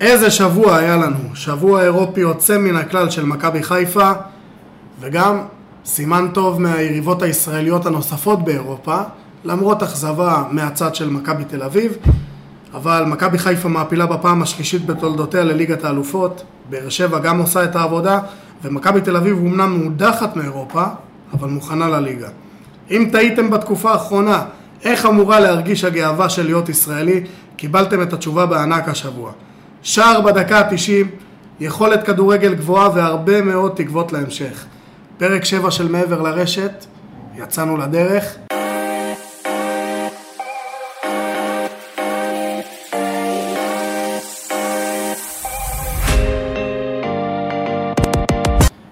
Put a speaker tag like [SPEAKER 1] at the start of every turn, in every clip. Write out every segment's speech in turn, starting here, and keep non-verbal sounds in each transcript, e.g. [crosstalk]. [SPEAKER 1] איזה שבוע היה לנו, שבוע אירופי יוצא מן הכלל של מכבי חיפה וגם סימן טוב מהיריבות הישראליות הנוספות באירופה למרות אכזבה מהצד של מכבי תל אביב אבל מכבי חיפה מעפילה בפעם השלישית בתולדותיה לליגת האלופות, באר שבע גם עושה את העבודה ומכבי תל אביב אומנם מודחת מאירופה אבל מוכנה לליגה. אם תהיתם בתקופה האחרונה איך אמורה להרגיש הגאווה של להיות ישראלי, קיבלתם את התשובה בענק השבוע. שער בדקה ה-90, יכולת כדורגל גבוהה והרבה מאוד תקוות להמשך. פרק 7 של מעבר לרשת, יצאנו לדרך.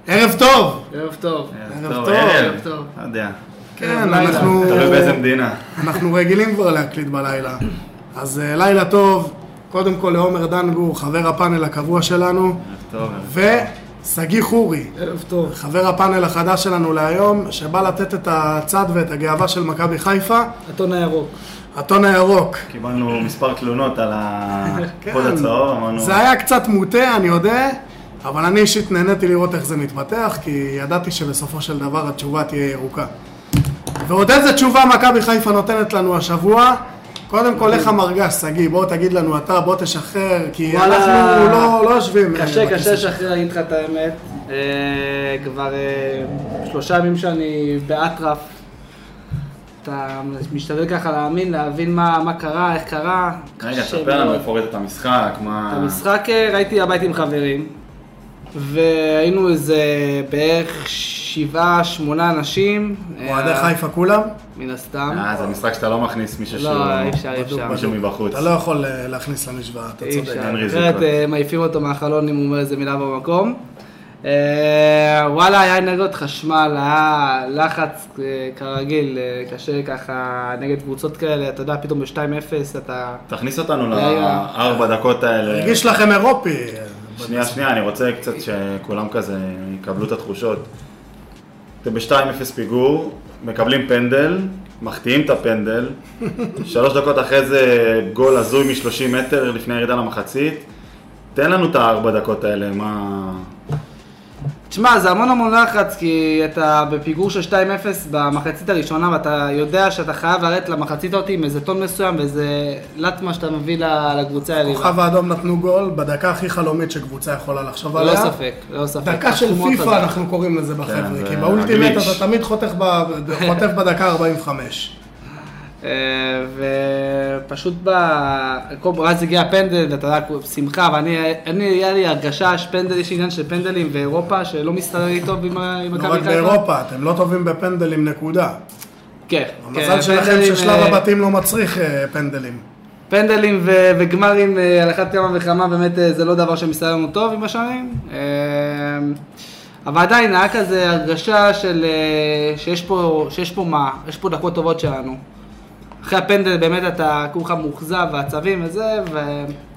[SPEAKER 1] ערב טוב!
[SPEAKER 2] ערב טוב.
[SPEAKER 1] ערב
[SPEAKER 3] טוב,
[SPEAKER 1] טוב.
[SPEAKER 3] ערב.
[SPEAKER 2] ערב טוב.
[SPEAKER 3] לא יודע.
[SPEAKER 1] כן,
[SPEAKER 2] לילה.
[SPEAKER 1] אנחנו...
[SPEAKER 3] תלוי באיזה מדינה.
[SPEAKER 1] אנחנו רגילים כבר להקליט בלילה. אז אה, לילה טוב, קודם כל לעומר דנגור, חבר הפאנל הקבוע שלנו,
[SPEAKER 3] טוב, ערב.
[SPEAKER 1] ושגיא חורי,
[SPEAKER 2] ערב טוב.
[SPEAKER 1] חבר הפאנל החדש שלנו להיום, שבא לתת את הצד ואת הגאווה של מכבי חיפה,
[SPEAKER 2] אתון הירוק.
[SPEAKER 1] הטון הירוק.
[SPEAKER 3] קיבלנו מספר תלונות על [laughs]
[SPEAKER 1] כן.
[SPEAKER 3] הקוד הצהוב, אמרנו,
[SPEAKER 1] זה היה קצת מוטה, אני יודע, אבל אני אישית נהניתי לראות איך זה מתפתח, כי ידעתי שבסופו של דבר התשובה תהיה ירוקה. ועוד איזה תשובה מכבי חיפה נותנת לנו השבוע. קודם כל, איך המרגש, שגיא? בוא תגיד לנו אתה, בוא תשחרר, כי
[SPEAKER 2] וואלה.
[SPEAKER 1] אנחנו לא, לא יושבים. אה,
[SPEAKER 2] קשה,
[SPEAKER 1] בכיסא
[SPEAKER 2] קשה
[SPEAKER 1] שלך.
[SPEAKER 2] לשחרר להגיד לך את האמת. אה, כבר אה, שלושה ימים שאני באטרף. אתה משתדל ככה להאמין, להבין מה מה קרה, איך קרה.
[SPEAKER 3] רגע,
[SPEAKER 2] קשה
[SPEAKER 3] ספר לנו
[SPEAKER 2] מאוד.
[SPEAKER 3] מפורט את המשחק,
[SPEAKER 2] את
[SPEAKER 3] מה...
[SPEAKER 2] המשחק אה, ראיתי הבית עם חברים, והיינו איזה בערך שבעה, שמונה אנשים.
[SPEAKER 1] אוהדי
[SPEAKER 2] אה,
[SPEAKER 1] חיפה כולם?
[SPEAKER 2] מן הסתם.
[SPEAKER 3] אה, זה משחק שאתה לא מכניס מישהו שהוא...
[SPEAKER 2] לא, אי אפשר, אי
[SPEAKER 1] בדוק,
[SPEAKER 2] אפשר.
[SPEAKER 1] בדוק.
[SPEAKER 3] מישהו מבחוץ.
[SPEAKER 1] אתה לא יכול אה, להכניס למשוואה, אתה
[SPEAKER 2] אי
[SPEAKER 1] צודק.
[SPEAKER 2] אפשר,
[SPEAKER 3] אין ריזיקות.
[SPEAKER 2] אחרת אה, מעיפים אותו מהחלון אם הוא אומר איזה מילה במקום. אה, וואלה, היה אנרגיות חשמל, היה לחץ אה, כרגיל, אה, קשה ככה נגד קבוצות כאלה, אתה יודע, פתאום ב-2-0 אתה...
[SPEAKER 3] תכניס אותנו
[SPEAKER 2] רגע.
[SPEAKER 3] לארבע דקות האלה.
[SPEAKER 1] הרגיש לכם אירופי. אה,
[SPEAKER 3] שנייה, שנייה, אני רוצה קצת שכולם כזה יקבלו את התחושות. אתם ב-2-0 פיגור, מקבלים פנדל, מחטיאים את הפנדל, שלוש דקות אחרי זה גול הזוי מ-30 מטר לפני הירידה למחצית. תן לנו את הארבע דקות האלה, מה...
[SPEAKER 2] תשמע, זה המון המון לחץ, כי אתה בפיגור של 2-0 במחצית הראשונה, ואתה יודע שאתה חייב לרדת למחצית הזאת עם איזה טון מסוים ואיזה לטמה שאתה מביא ל- לקבוצה היריבה.
[SPEAKER 1] כוכב האדום נתנו גול בדקה הכי חלומית שקבוצה יכולה לחשוב עליה.
[SPEAKER 2] לא ספק, לא ספק.
[SPEAKER 1] דקה של
[SPEAKER 2] אנחנו מאוד חזק.
[SPEAKER 1] פיפא אנחנו קוראים לזה
[SPEAKER 2] כן,
[SPEAKER 1] בחבר'ה,
[SPEAKER 3] זה
[SPEAKER 1] כי באולטימט
[SPEAKER 3] הגליץ'.
[SPEAKER 1] אתה תמיד חותך ב- חוטף בדקה 45.
[SPEAKER 2] אה, ופשוט ב... כל אז הגיע הפנדל, ואתה יודע, שמחה, ואני, אני, היה לי הרגשה, יש פנדל, יש עניין של פנדלים באירופה, שלא מסתדר לי טוב עם ה- עם
[SPEAKER 1] לא
[SPEAKER 2] מכבי
[SPEAKER 1] רק
[SPEAKER 2] חיפה.
[SPEAKER 1] באירופה, אתם לא טובים בפנדלים נקודה.
[SPEAKER 2] כן. כן,
[SPEAKER 1] המזל שלכם
[SPEAKER 2] פנדלים,
[SPEAKER 1] ששלב
[SPEAKER 2] אה,
[SPEAKER 1] הבתים לא מצריך אה, פנדלים.
[SPEAKER 2] פנדלים ו- וגמרים אה, על אחת כמה וכמה, באמת אה, זה לא דבר שמסתדר לנו טוב עם השנים. אה, אבל עדיין היה כזה הרגשה של, אה, שיש פה, שיש פה מה, יש פה דקות טובות שלנו. אחרי הפנדל באמת אתה כולך מאוכזב ועצבים וזה, ו...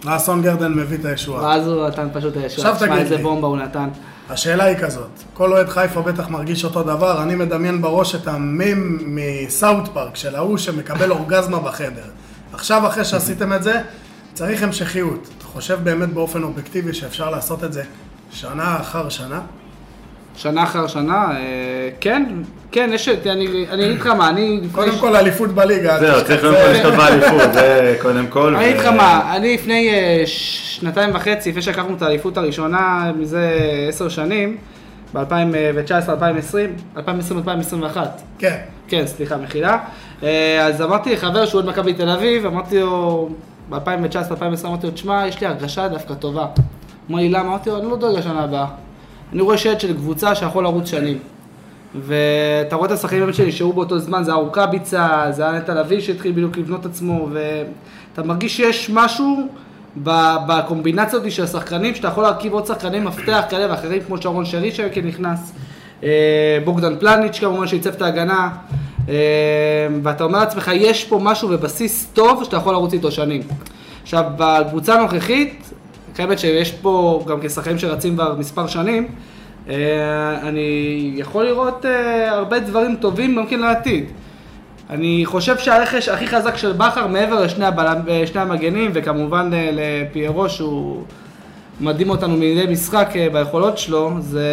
[SPEAKER 1] אסון גרדן מביא את הישועה.
[SPEAKER 2] ואז הוא נתן פשוט ישר.
[SPEAKER 1] עכשיו תגיד
[SPEAKER 2] איזה
[SPEAKER 1] לי.
[SPEAKER 2] בומבה הוא נתן.
[SPEAKER 1] השאלה היא כזאת, כל אוהד חיפה בטח מרגיש אותו דבר, אני מדמיין בראש את המם מסאוט פארק של ההוא שמקבל אורגזמה בחדר. עכשיו, אחרי שעשיתם את זה, צריך המשכיות. אתה חושב באמת באופן אובייקטיבי שאפשר לעשות את זה שנה אחר שנה?
[SPEAKER 2] שנה אחר שנה, אה, כן, כן, יש, אני אני אגיד לך מה, אני...
[SPEAKER 1] קודם
[SPEAKER 2] לפני-
[SPEAKER 1] כל אליפות בליגה.
[SPEAKER 3] זהו, צריך קודם כל לשתות באליפות, זה קודם כל.
[SPEAKER 2] אני אגיד לך
[SPEAKER 3] ו-
[SPEAKER 2] מה, אני לפני אה, ש- שנתיים וחצי, לפני שלקחנו את האליפות הראשונה, מזה עשר שנים, ב-2019, 2020, 2020, 2021.
[SPEAKER 1] כן.
[SPEAKER 2] כן, סליחה, מחילה. אה, אז אמרתי לחבר שהוא אוהד מכבי תל אביב, אמרתי לו, ב-2019-2020, אמרתי לו, תשמע, יש לי הרגשה דווקא טובה. אמר לי, למה? אמרתי לו, אני לא דואג לשנה הבאה. אני רואה שלט של קבוצה שיכול לרוץ שנים. ואתה רואה את השחקנים באמת שנשארו באותו זמן, זה היה רוקאביצה, זה היה נטע לביא שהתחיל בדיוק לבנות עצמו, ואתה מרגיש שיש משהו ב- בקומבינציה הזאת של השחקנים, שאתה יכול להרכיב עוד שחקני מפתח כאלה ואחרים, כמו שרון שרי שהיה כן נכנס, אה, בוגדן פלניץ' כמובן שעיצב את ההגנה, אה, ואתה אומר לעצמך, יש פה משהו בבסיס טוב שאתה יכול לרוץ איתו שנים. עכשיו, בקבוצה הנוכחית, קיימת שיש פה גם כשחקנים שרצים כבר מספר שנים, אה, אני יכול לראות אה, הרבה דברים טובים גם כן לעתיד. אני חושב שהרכש הכי חזק של בכר מעבר לשני הבלם, אה, שני המגנים וכמובן אה, לפיירו שהוא מדהים אותנו מדי משחק אה, ביכולות שלו, זה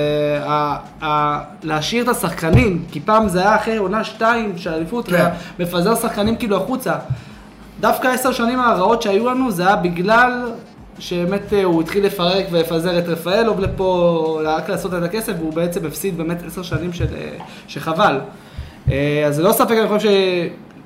[SPEAKER 2] ה- ה- להשאיר את השחקנים, כי פעם זה היה אחרי עונה שתיים של אליפות,
[SPEAKER 1] כן.
[SPEAKER 2] היה מפזר שחקנים כאילו החוצה. דווקא עשר שנים הרעות שהיו לנו, זה היה בגלל שבאמת אה, הוא התחיל לפרק ולפזר את רפאלוב לפה, רק לעשות את הכסף, והוא בעצם הפסיד באמת עשר שנים של, אה, שחבל. אה, אז ללא ספק אני חושב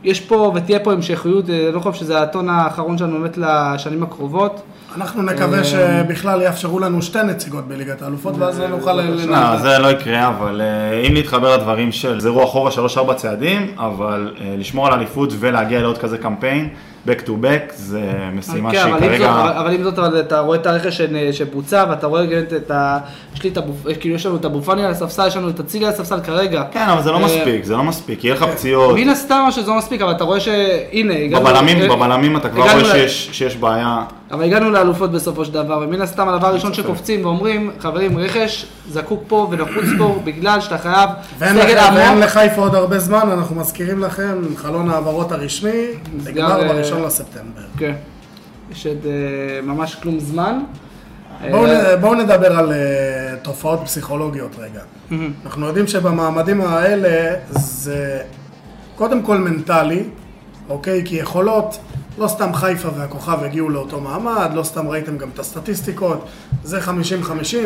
[SPEAKER 2] שיש פה ותהיה פה המשכיות, אה, אני לא חושב שזה הטון האחרון שלנו באמת לשנים הקרובות.
[SPEAKER 1] אנחנו נקווה שבכלל יאפשרו לנו שתי נציגות בליגת האלופות, ואז נוכל
[SPEAKER 3] לא,
[SPEAKER 1] לנהל.
[SPEAKER 3] זה לא יקרה, אבל אה, אם להתחבר לדברים של זרו אחורה 3-4 צעדים, אבל אה, לשמור על אליפות ולהגיע לעוד כזה קמפיין, back to back, זה משימה
[SPEAKER 2] כן,
[SPEAKER 3] שהיא
[SPEAKER 2] אבל אם זאת- אבל-
[SPEAKER 3] כרגע...
[SPEAKER 2] אבל אם זאת, אבל אתה רואה את הרכש שנ- שבוצע, ואתה רואה גם את ה... יש לי את הבופ... כאילו יש לנו את הבופני על הספסל, יש לנו את אצילי על הספסל כרגע.
[SPEAKER 3] כן, אבל זה לא
[SPEAKER 2] אה,
[SPEAKER 3] מספיק, זה לא מספיק, יהיה לך פציעות.
[SPEAKER 2] מן הסתם שזה לא מספיק, אבל אתה רואה שהנה, הגענו...
[SPEAKER 3] בבלמים,
[SPEAKER 2] אה,
[SPEAKER 3] בבלמים אתה כבר
[SPEAKER 2] הגענו
[SPEAKER 3] רואה
[SPEAKER 2] ל-
[SPEAKER 3] שיש- שיש בעיה.
[SPEAKER 2] אבל הגענו לאלופות בסופו של דבר, ומן הסתם הדבר הראשון שקופצים ואומרים, חברים, רכש זקוק פה ונחוץ פה, בגלל שאתה חייב
[SPEAKER 1] ואין
[SPEAKER 2] סגל
[SPEAKER 1] לכם- ואין
[SPEAKER 2] עמוק.
[SPEAKER 1] לחיפה עוד הרבה זמן, אנחנו מזכירים לכם, חלון ההעברות הרשמי, נגמר
[SPEAKER 2] אה,
[SPEAKER 1] בראשון לספטמבר.
[SPEAKER 2] כן. יש עוד אה, ממש כלום זמן.
[SPEAKER 1] בואו
[SPEAKER 2] אה,
[SPEAKER 1] נ- בואו נדבר על אה, תופעות פסיכולוגיות רגע. אנחנו יודעים שבמעמדים האלה זה קודם כל מנטלי, אוקיי? כי יכולות, לא סתם חיפה והכוכב הגיעו לאותו מעמד, לא סתם ראיתם גם את הסטטיסטיקות, זה 50-50,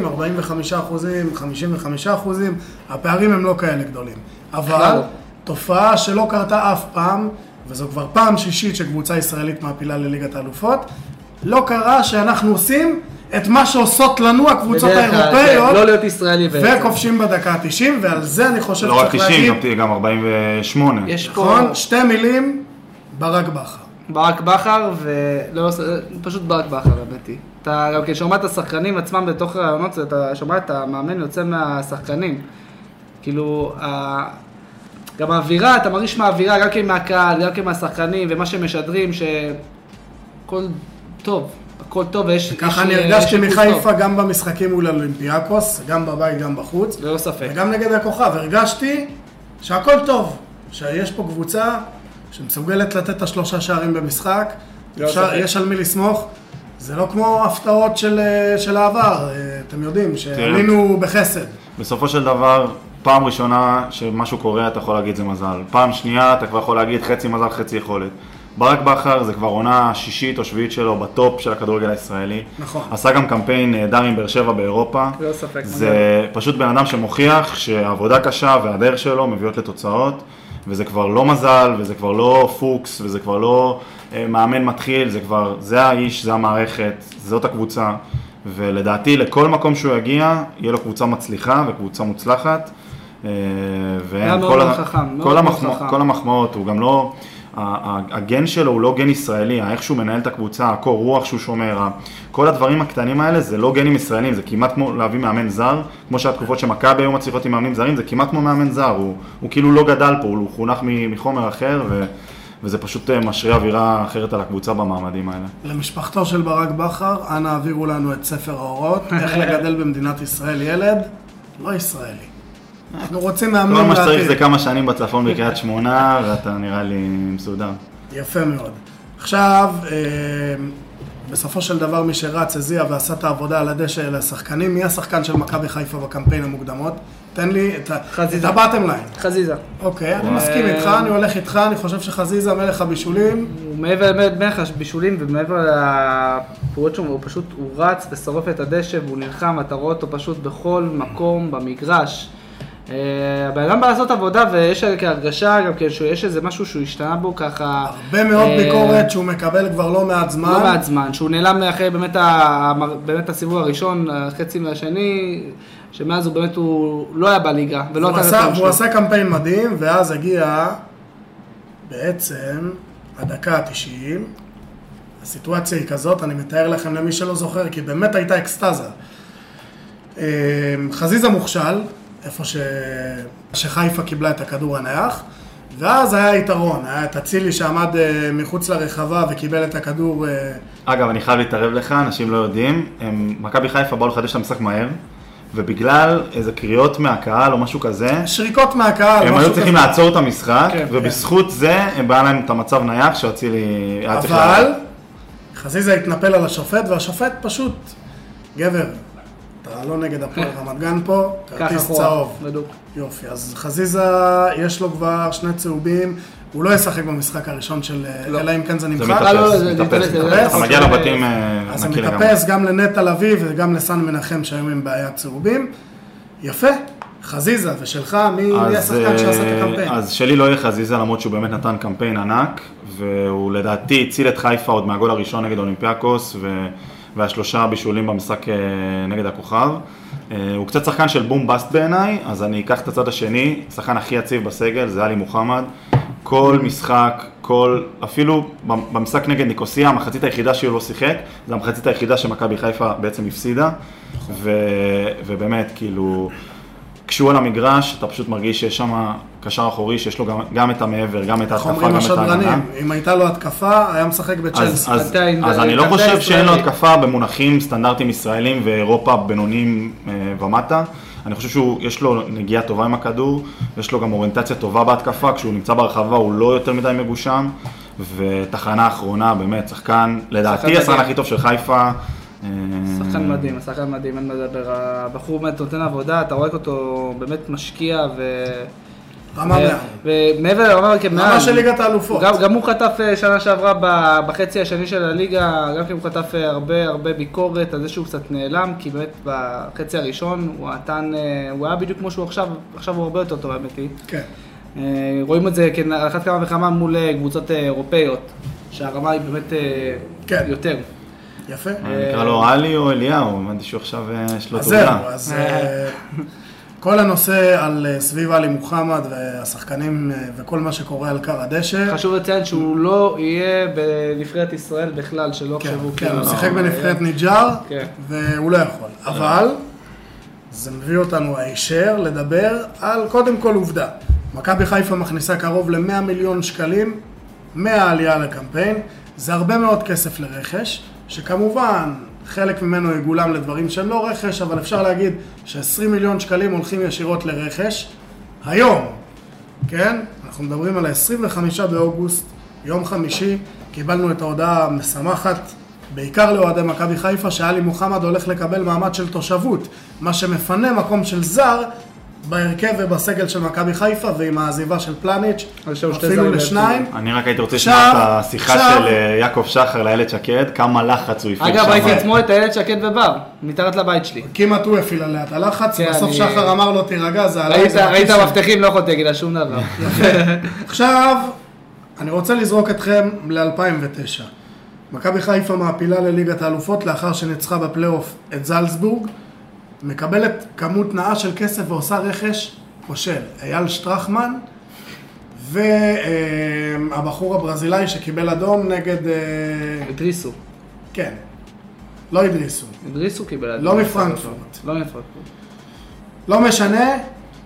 [SPEAKER 1] 45 אחוזים, 55 אחוזים, הפערים הם לא כאלה גדולים. אבל
[SPEAKER 2] בכלל. לא.
[SPEAKER 1] תופעה שלא קרתה אף פעם, וזו כבר פעם שישית שקבוצה ישראלית מעפילה לליגת האלופות, לא קרה שאנחנו עושים את מה שעושות לנו הקבוצות
[SPEAKER 2] בדרך כלל,
[SPEAKER 1] האירופאיות.
[SPEAKER 2] כן, לא להיות ישראלי בעצם.
[SPEAKER 1] וכובשים בדקה ה-90, ועל זה אני חושב
[SPEAKER 3] לא רק
[SPEAKER 1] שצריך
[SPEAKER 3] 90,
[SPEAKER 1] להגיד,
[SPEAKER 3] גם- גם 48.
[SPEAKER 2] יש פה
[SPEAKER 1] נכון? שתי מילים, ברק בכר.
[SPEAKER 2] ברק בכר, ולא, פשוט ברק בכר, האמת היא. אתה גם כן שומע את השחקנים עצמם בתוך הרעיונות, אתה שומע את המאמן יוצא מהשחקנים. כאילו, ה... גם האווירה, אתה מרגיש מהאווירה, גם כן מהקהל, גם כן מהשחקנים, ומה שהם משדרים, שהכל טוב, הכל טוב, ויש... יש-
[SPEAKER 1] ככה אני
[SPEAKER 2] יש
[SPEAKER 1] הרגשתי
[SPEAKER 2] ריכוז
[SPEAKER 1] מחיפה
[SPEAKER 2] טוב.
[SPEAKER 1] גם במשחקים מול אולימפיאקוס, גם בבית, גם בחוץ,
[SPEAKER 2] ללא ספק.
[SPEAKER 1] וגם נגד הכוכב. הרגשתי שהכל טוב, שיש פה קבוצה שמסוגלת לתת את השלושה שערים במשחק,
[SPEAKER 2] לא
[SPEAKER 1] אפשר-
[SPEAKER 2] ספק.
[SPEAKER 1] יש על מי לסמוך. זה לא כמו הפתעות של, אה, של העבר, אה, אתם יודעים,
[SPEAKER 3] כן.
[SPEAKER 1] שעלינו בחסד.
[SPEAKER 3] בסופו של דבר, פעם ראשונה שמשהו קורה, אתה יכול להגיד זה מזל. פעם שנייה, אתה כבר יכול להגיד חצי מזל, חצי יכולת. ברק בכר זה כבר עונה שישית או שביעית שלו בטופ של הכדורגל הישראלי.
[SPEAKER 1] נכון.
[SPEAKER 3] עשה גם קמפיין נהדר עם באר שבע באירופה.
[SPEAKER 2] ללא ספק.
[SPEAKER 3] זה פשוט בן אדם שמוכיח שהעבודה קשה והדרך שלו מביאות לתוצאות, וזה כבר לא מזל, וזה כבר לא פוקס, וזה כבר לא אה, מאמן מתחיל, זה כבר, זה האיש, זה המערכת, זאת הקבוצה, ולדעתי לכל מקום שהוא יגיע, יהיה לו קבוצה מצליחה וקבוצה מוצלחת. אה,
[SPEAKER 2] היה
[SPEAKER 3] ואין,
[SPEAKER 2] מאוד
[SPEAKER 3] כל,
[SPEAKER 2] מאוד
[SPEAKER 3] ה-
[SPEAKER 2] חכם, מאוד
[SPEAKER 3] כל,
[SPEAKER 2] מאוד
[SPEAKER 3] המחמא,
[SPEAKER 2] חכם.
[SPEAKER 3] כל המחמאות, הוא גם לא, ה- ה- הגן שלו הוא לא גן ישראלי, איך שהוא מנהל את הקבוצה, הקור רוח שהוא שומר, ה- כל הדברים הקטנים האלה זה לא גנים ישראלים, זה כמעט כמו להביא מאמן זר, כמו שהתקופות שמכבי היו מצליחות עם מאמנים זרים, זה כמעט כמו מאמן זר, הוא, הוא כאילו לא גדל פה, הוא חונך מ- מחומר אחר, ו, וזה פשוט אה, משרה אווירה אחרת על הקבוצה במעמדים האלה.
[SPEAKER 1] למשפחתו של ברק בכר, אנא העבירו לנו את ספר
[SPEAKER 3] [laughs]
[SPEAKER 1] ההוראות, איך לגדל במדינת ישראל ילד לא ישראלי. אנחנו רוצים
[SPEAKER 3] כל
[SPEAKER 1] מאמן
[SPEAKER 3] מה שצריך זה
[SPEAKER 1] לעתיד.
[SPEAKER 3] כמה שנים בצפון בקריית שמונה, ואתה נראה לי מסודר.
[SPEAKER 1] יפה מאוד. עכשיו, אה, בסופו של דבר מי שרץ, הזיע ועשה את העבודה על הדשא אלה השחקנים, מי השחקן של מכבי חיפה בקמפיין המוקדמות? תן לי את
[SPEAKER 2] חזיזה.
[SPEAKER 1] הבטם ליין.
[SPEAKER 2] חזיזה.
[SPEAKER 1] אוקיי, אני מסכים איתך, אני הולך איתך, אני חושב שחזיזה מלך הבישולים.
[SPEAKER 2] הוא מעבר למלך הבישולים ומעבר לפעולות שלו, הוא פשוט, הוא רץ ושורף את הדשא והוא נלחם, אתה רואה אותו פשוט בכל מקום במגרש. אה, הבן אדם בא לעשות עבודה ויש לי הרגשה גם כן שיש איזה משהו שהוא השתנה בו ככה.
[SPEAKER 1] הרבה מאוד
[SPEAKER 2] אה,
[SPEAKER 1] ביקורת שהוא מקבל כבר לא מעט זמן.
[SPEAKER 2] לא מעט זמן, שהוא נעלם אחרי באמת, ה- באמת הסיבוב הראשון, החצי והשני, שמאז הוא באמת, הוא לא היה בליגה ולא
[SPEAKER 1] הוא
[SPEAKER 2] את
[SPEAKER 1] עשה,
[SPEAKER 2] הרצון שלו.
[SPEAKER 1] הוא עשה קמפיין מדהים, ואז הגיע בעצם הדקה ה-90. הסיטואציה היא כזאת, אני מתאר לכם למי שלא זוכר, כי באמת הייתה אקסטזה. אמ, חזיזה מוכשל, איפה ש... שחיפה קיבלה את הכדור הנייח, ואז היה יתרון, היה את אצילי שעמד אה, מחוץ לרחבה וקיבל את הכדור... אה,
[SPEAKER 3] אגב, אני חייב להתערב לך, אנשים לא יודעים, הם, מכבי חיפה באו לחדש את המשחק מהר, ובגלל איזה קריאות מהקהל או משהו כזה,
[SPEAKER 1] שריקות מהקהל,
[SPEAKER 3] הם
[SPEAKER 1] משהו
[SPEAKER 3] היו צריכים
[SPEAKER 1] כזה.
[SPEAKER 3] לעצור את המשחק,
[SPEAKER 2] כן,
[SPEAKER 3] ובזכות זה הם בא להם את המצב נייח שאצילי היה צריך...
[SPEAKER 1] אבל
[SPEAKER 3] לעלות.
[SPEAKER 1] חזיזה התנפל על השופט, והשופט פשוט גבר, אתה לא נגד הפועל רמת גן פה,
[SPEAKER 2] ככה
[SPEAKER 1] כרטיס
[SPEAKER 2] אחורה,
[SPEAKER 1] צהוב.
[SPEAKER 2] בדיוק.
[SPEAKER 1] יופי, אז חזיזה, יש לו כבר שני צהובים, הוא לא ישחק במשחק הראשון של...
[SPEAKER 2] לא.
[SPEAKER 1] אלא אם כן זה
[SPEAKER 3] זה
[SPEAKER 1] נמחק.
[SPEAKER 2] לא, לא,
[SPEAKER 3] מתאפס,
[SPEAKER 2] זה
[SPEAKER 3] מתאפס,
[SPEAKER 2] מתאפס, זה
[SPEAKER 3] מתאפס. אתה
[SPEAKER 1] מתאפס.
[SPEAKER 3] מגיע לבתים אה,
[SPEAKER 1] אז זה
[SPEAKER 3] נקי לגמרי.
[SPEAKER 1] מטפס גם לנטע לביא וגם לסן מנחם שהיו עם בעיית צהובים. יפה, חזיזה, ושלך, מי מי
[SPEAKER 3] אז,
[SPEAKER 1] השחקן שעשה את
[SPEAKER 3] אה,
[SPEAKER 1] הקמפיין?
[SPEAKER 3] אז שלי לא יהיה חזיזה למרות שהוא באמת נתן קמפיין ענק והוא לדעתי הציל את חיפה עוד מהגול הראשון נגד אולימפיאקוס ו... והשלושה בישולים במשחק אה, נגד הכוכב. אה, הוא קצת שחקן של בום בסט בעיניי, אז אני אקח את הצד השני, השחקן הכי יציב בסגל זה עלי מוחמד. כל משחק, כל, אפילו במשחק נגד ניקוסיה, המחצית היחידה שהוא לא שיחק, זו המחצית היחידה שמכבי חיפה בעצם הפסידה. ו... ובאמת, כאילו, כשהוא על המגרש, אתה פשוט מרגיש שיש שם קשר אחורי שיש לו גם, גם את המעבר, גם
[SPEAKER 1] איך
[SPEAKER 3] את ההתקפה,
[SPEAKER 1] אומרים
[SPEAKER 3] גם את ההגנה.
[SPEAKER 1] השדרנים, אם הייתה לו התקפה, היה משחק
[SPEAKER 2] כן,
[SPEAKER 1] בצ'לסי.
[SPEAKER 3] אז, אז,
[SPEAKER 2] עדיין-
[SPEAKER 3] אז אני לא
[SPEAKER 2] עדיין
[SPEAKER 3] חושב שאין לו
[SPEAKER 2] ישראלי.
[SPEAKER 3] התקפה במונחים סטנדרטיים ישראלים ואירופה בינוניים אה, ומטה. אני חושב שיש לו נגיעה טובה עם הכדור, יש לו גם אוריינטציה טובה בהתקפה, כשהוא נמצא ברחבה הוא לא יותר מדי מגושם. ותחנה אחרונה, באמת, שחקן, לדעתי
[SPEAKER 2] שחקן
[SPEAKER 3] השחקן
[SPEAKER 2] מדהים.
[SPEAKER 3] הכי טוב של חיפה. אה,
[SPEAKER 2] שחקן מדהים, שחקן מדהים, אין מה לדבר. הבחור באמת נותן עבודה, אתה רואה אותו באמת משקיע ו...
[SPEAKER 1] רמה מאה.
[SPEAKER 2] ומעבר לרמה כמעל.
[SPEAKER 1] רמה של ליגת האלופות.
[SPEAKER 2] גם, גם אה, הוא חטף אה, שנה שעברה ב- בחצי השני של הליגה, גם כן הוא חטף אה, הרבה הרבה ביקורת על זה שהוא קצת נעלם, כי באמת בחצי הראשון הוא נתן, אה, הוא היה בדיוק כמו שהוא עכשיו, עכשיו הוא הרבה יותר טוב האמת היא.
[SPEAKER 1] כן.
[SPEAKER 2] אה, רואים את זה כן, על אחת כמה וכמה מול אה, קבוצות אה, אירופאיות, שהרמה היא באמת אה,
[SPEAKER 1] כן.
[SPEAKER 2] יותר.
[SPEAKER 1] יפה.
[SPEAKER 3] אה, נקרא לו עלי או אליהו, הבנתי שהוא עכשיו, אה, יש לו
[SPEAKER 1] אז זהו,
[SPEAKER 3] תעודה.
[SPEAKER 1] אז אה, כל הנושא על אה, סביב עלי מוחמד והשחקנים אה, וכל מה שקורה על כר הדשא.
[SPEAKER 2] חשוב לציין שהוא לא יהיה בנבחרת ישראל בכלל, שלא
[SPEAKER 1] כן,
[SPEAKER 2] יחשבו
[SPEAKER 1] כן,
[SPEAKER 2] כאילו-
[SPEAKER 1] הוא שיחק בנבחרת ניג'אר,
[SPEAKER 2] כן.
[SPEAKER 1] והוא לא יכול. אבל זה מביא אותנו הישר לדבר על קודם כל עובדה. מכבי חיפה מכניסה קרוב ל-100 מיליון שקלים מהעלייה לקמפיין. זה הרבה מאוד כסף לרכש, שכמובן חלק ממנו יגולם לדברים שהם לא רכש, אבל אפשר להגיד ש-20 מיליון שקלים הולכים ישירות לרכש. היום, כן? אנחנו מדברים על ה-25 באוגוסט, יום חמישי, קיבלנו את ההודעה המשמחת, בעיקר לאוהדי מכבי חיפה, שאלי מוחמד הולך לקבל מעמד של תושבות, מה שמפנה מקום של זר בהרכב ובסגל של מכבי חיפה, ועם העזיבה של פלניץ',
[SPEAKER 2] יש לנו שתי
[SPEAKER 1] אפילו
[SPEAKER 2] זרים
[SPEAKER 1] לשניים.
[SPEAKER 3] אני רק הייתי רוצה
[SPEAKER 1] עכשיו,
[SPEAKER 3] לשמוע את השיחה
[SPEAKER 1] עכשיו.
[SPEAKER 3] של אה, יעקב שחר לאיילת שקד, כמה לחץ הוא הפעיל שם.
[SPEAKER 2] אגב, ראיתי אתמול את איילת שקד בבר, מתחת לבית שלי.
[SPEAKER 1] כמעט הוא הפעיל עליה את הלחץ,
[SPEAKER 2] כן,
[SPEAKER 1] בסוף
[SPEAKER 2] אני-
[SPEAKER 1] שחר אמר לו תירגע, זה עליי,
[SPEAKER 2] ראית
[SPEAKER 1] זה בכיס
[SPEAKER 2] ראית
[SPEAKER 1] שלי."
[SPEAKER 2] מבטחים, לא יכולתי להגיד לה שום
[SPEAKER 1] [laughs]
[SPEAKER 2] דבר.
[SPEAKER 1] עכשיו, אני רוצה לזרוק אתכם ל-2009. מכבי חיפה מעפילה לליגת האלופות לאחר שניצחה בפלייאוף את זלצבורג, מקבלת כמות נאה של כסף ועושה רכש כושל. אייל שטרחמן והבחור הברזילאי שקיבל אדום נגד... אה,
[SPEAKER 2] הדריסו,
[SPEAKER 1] כן, לא הדריסו.
[SPEAKER 2] הדריסו קיבל אדום.
[SPEAKER 1] לא מפרנקפורט.
[SPEAKER 2] לא מפרנקפורט.
[SPEAKER 1] לא משנה,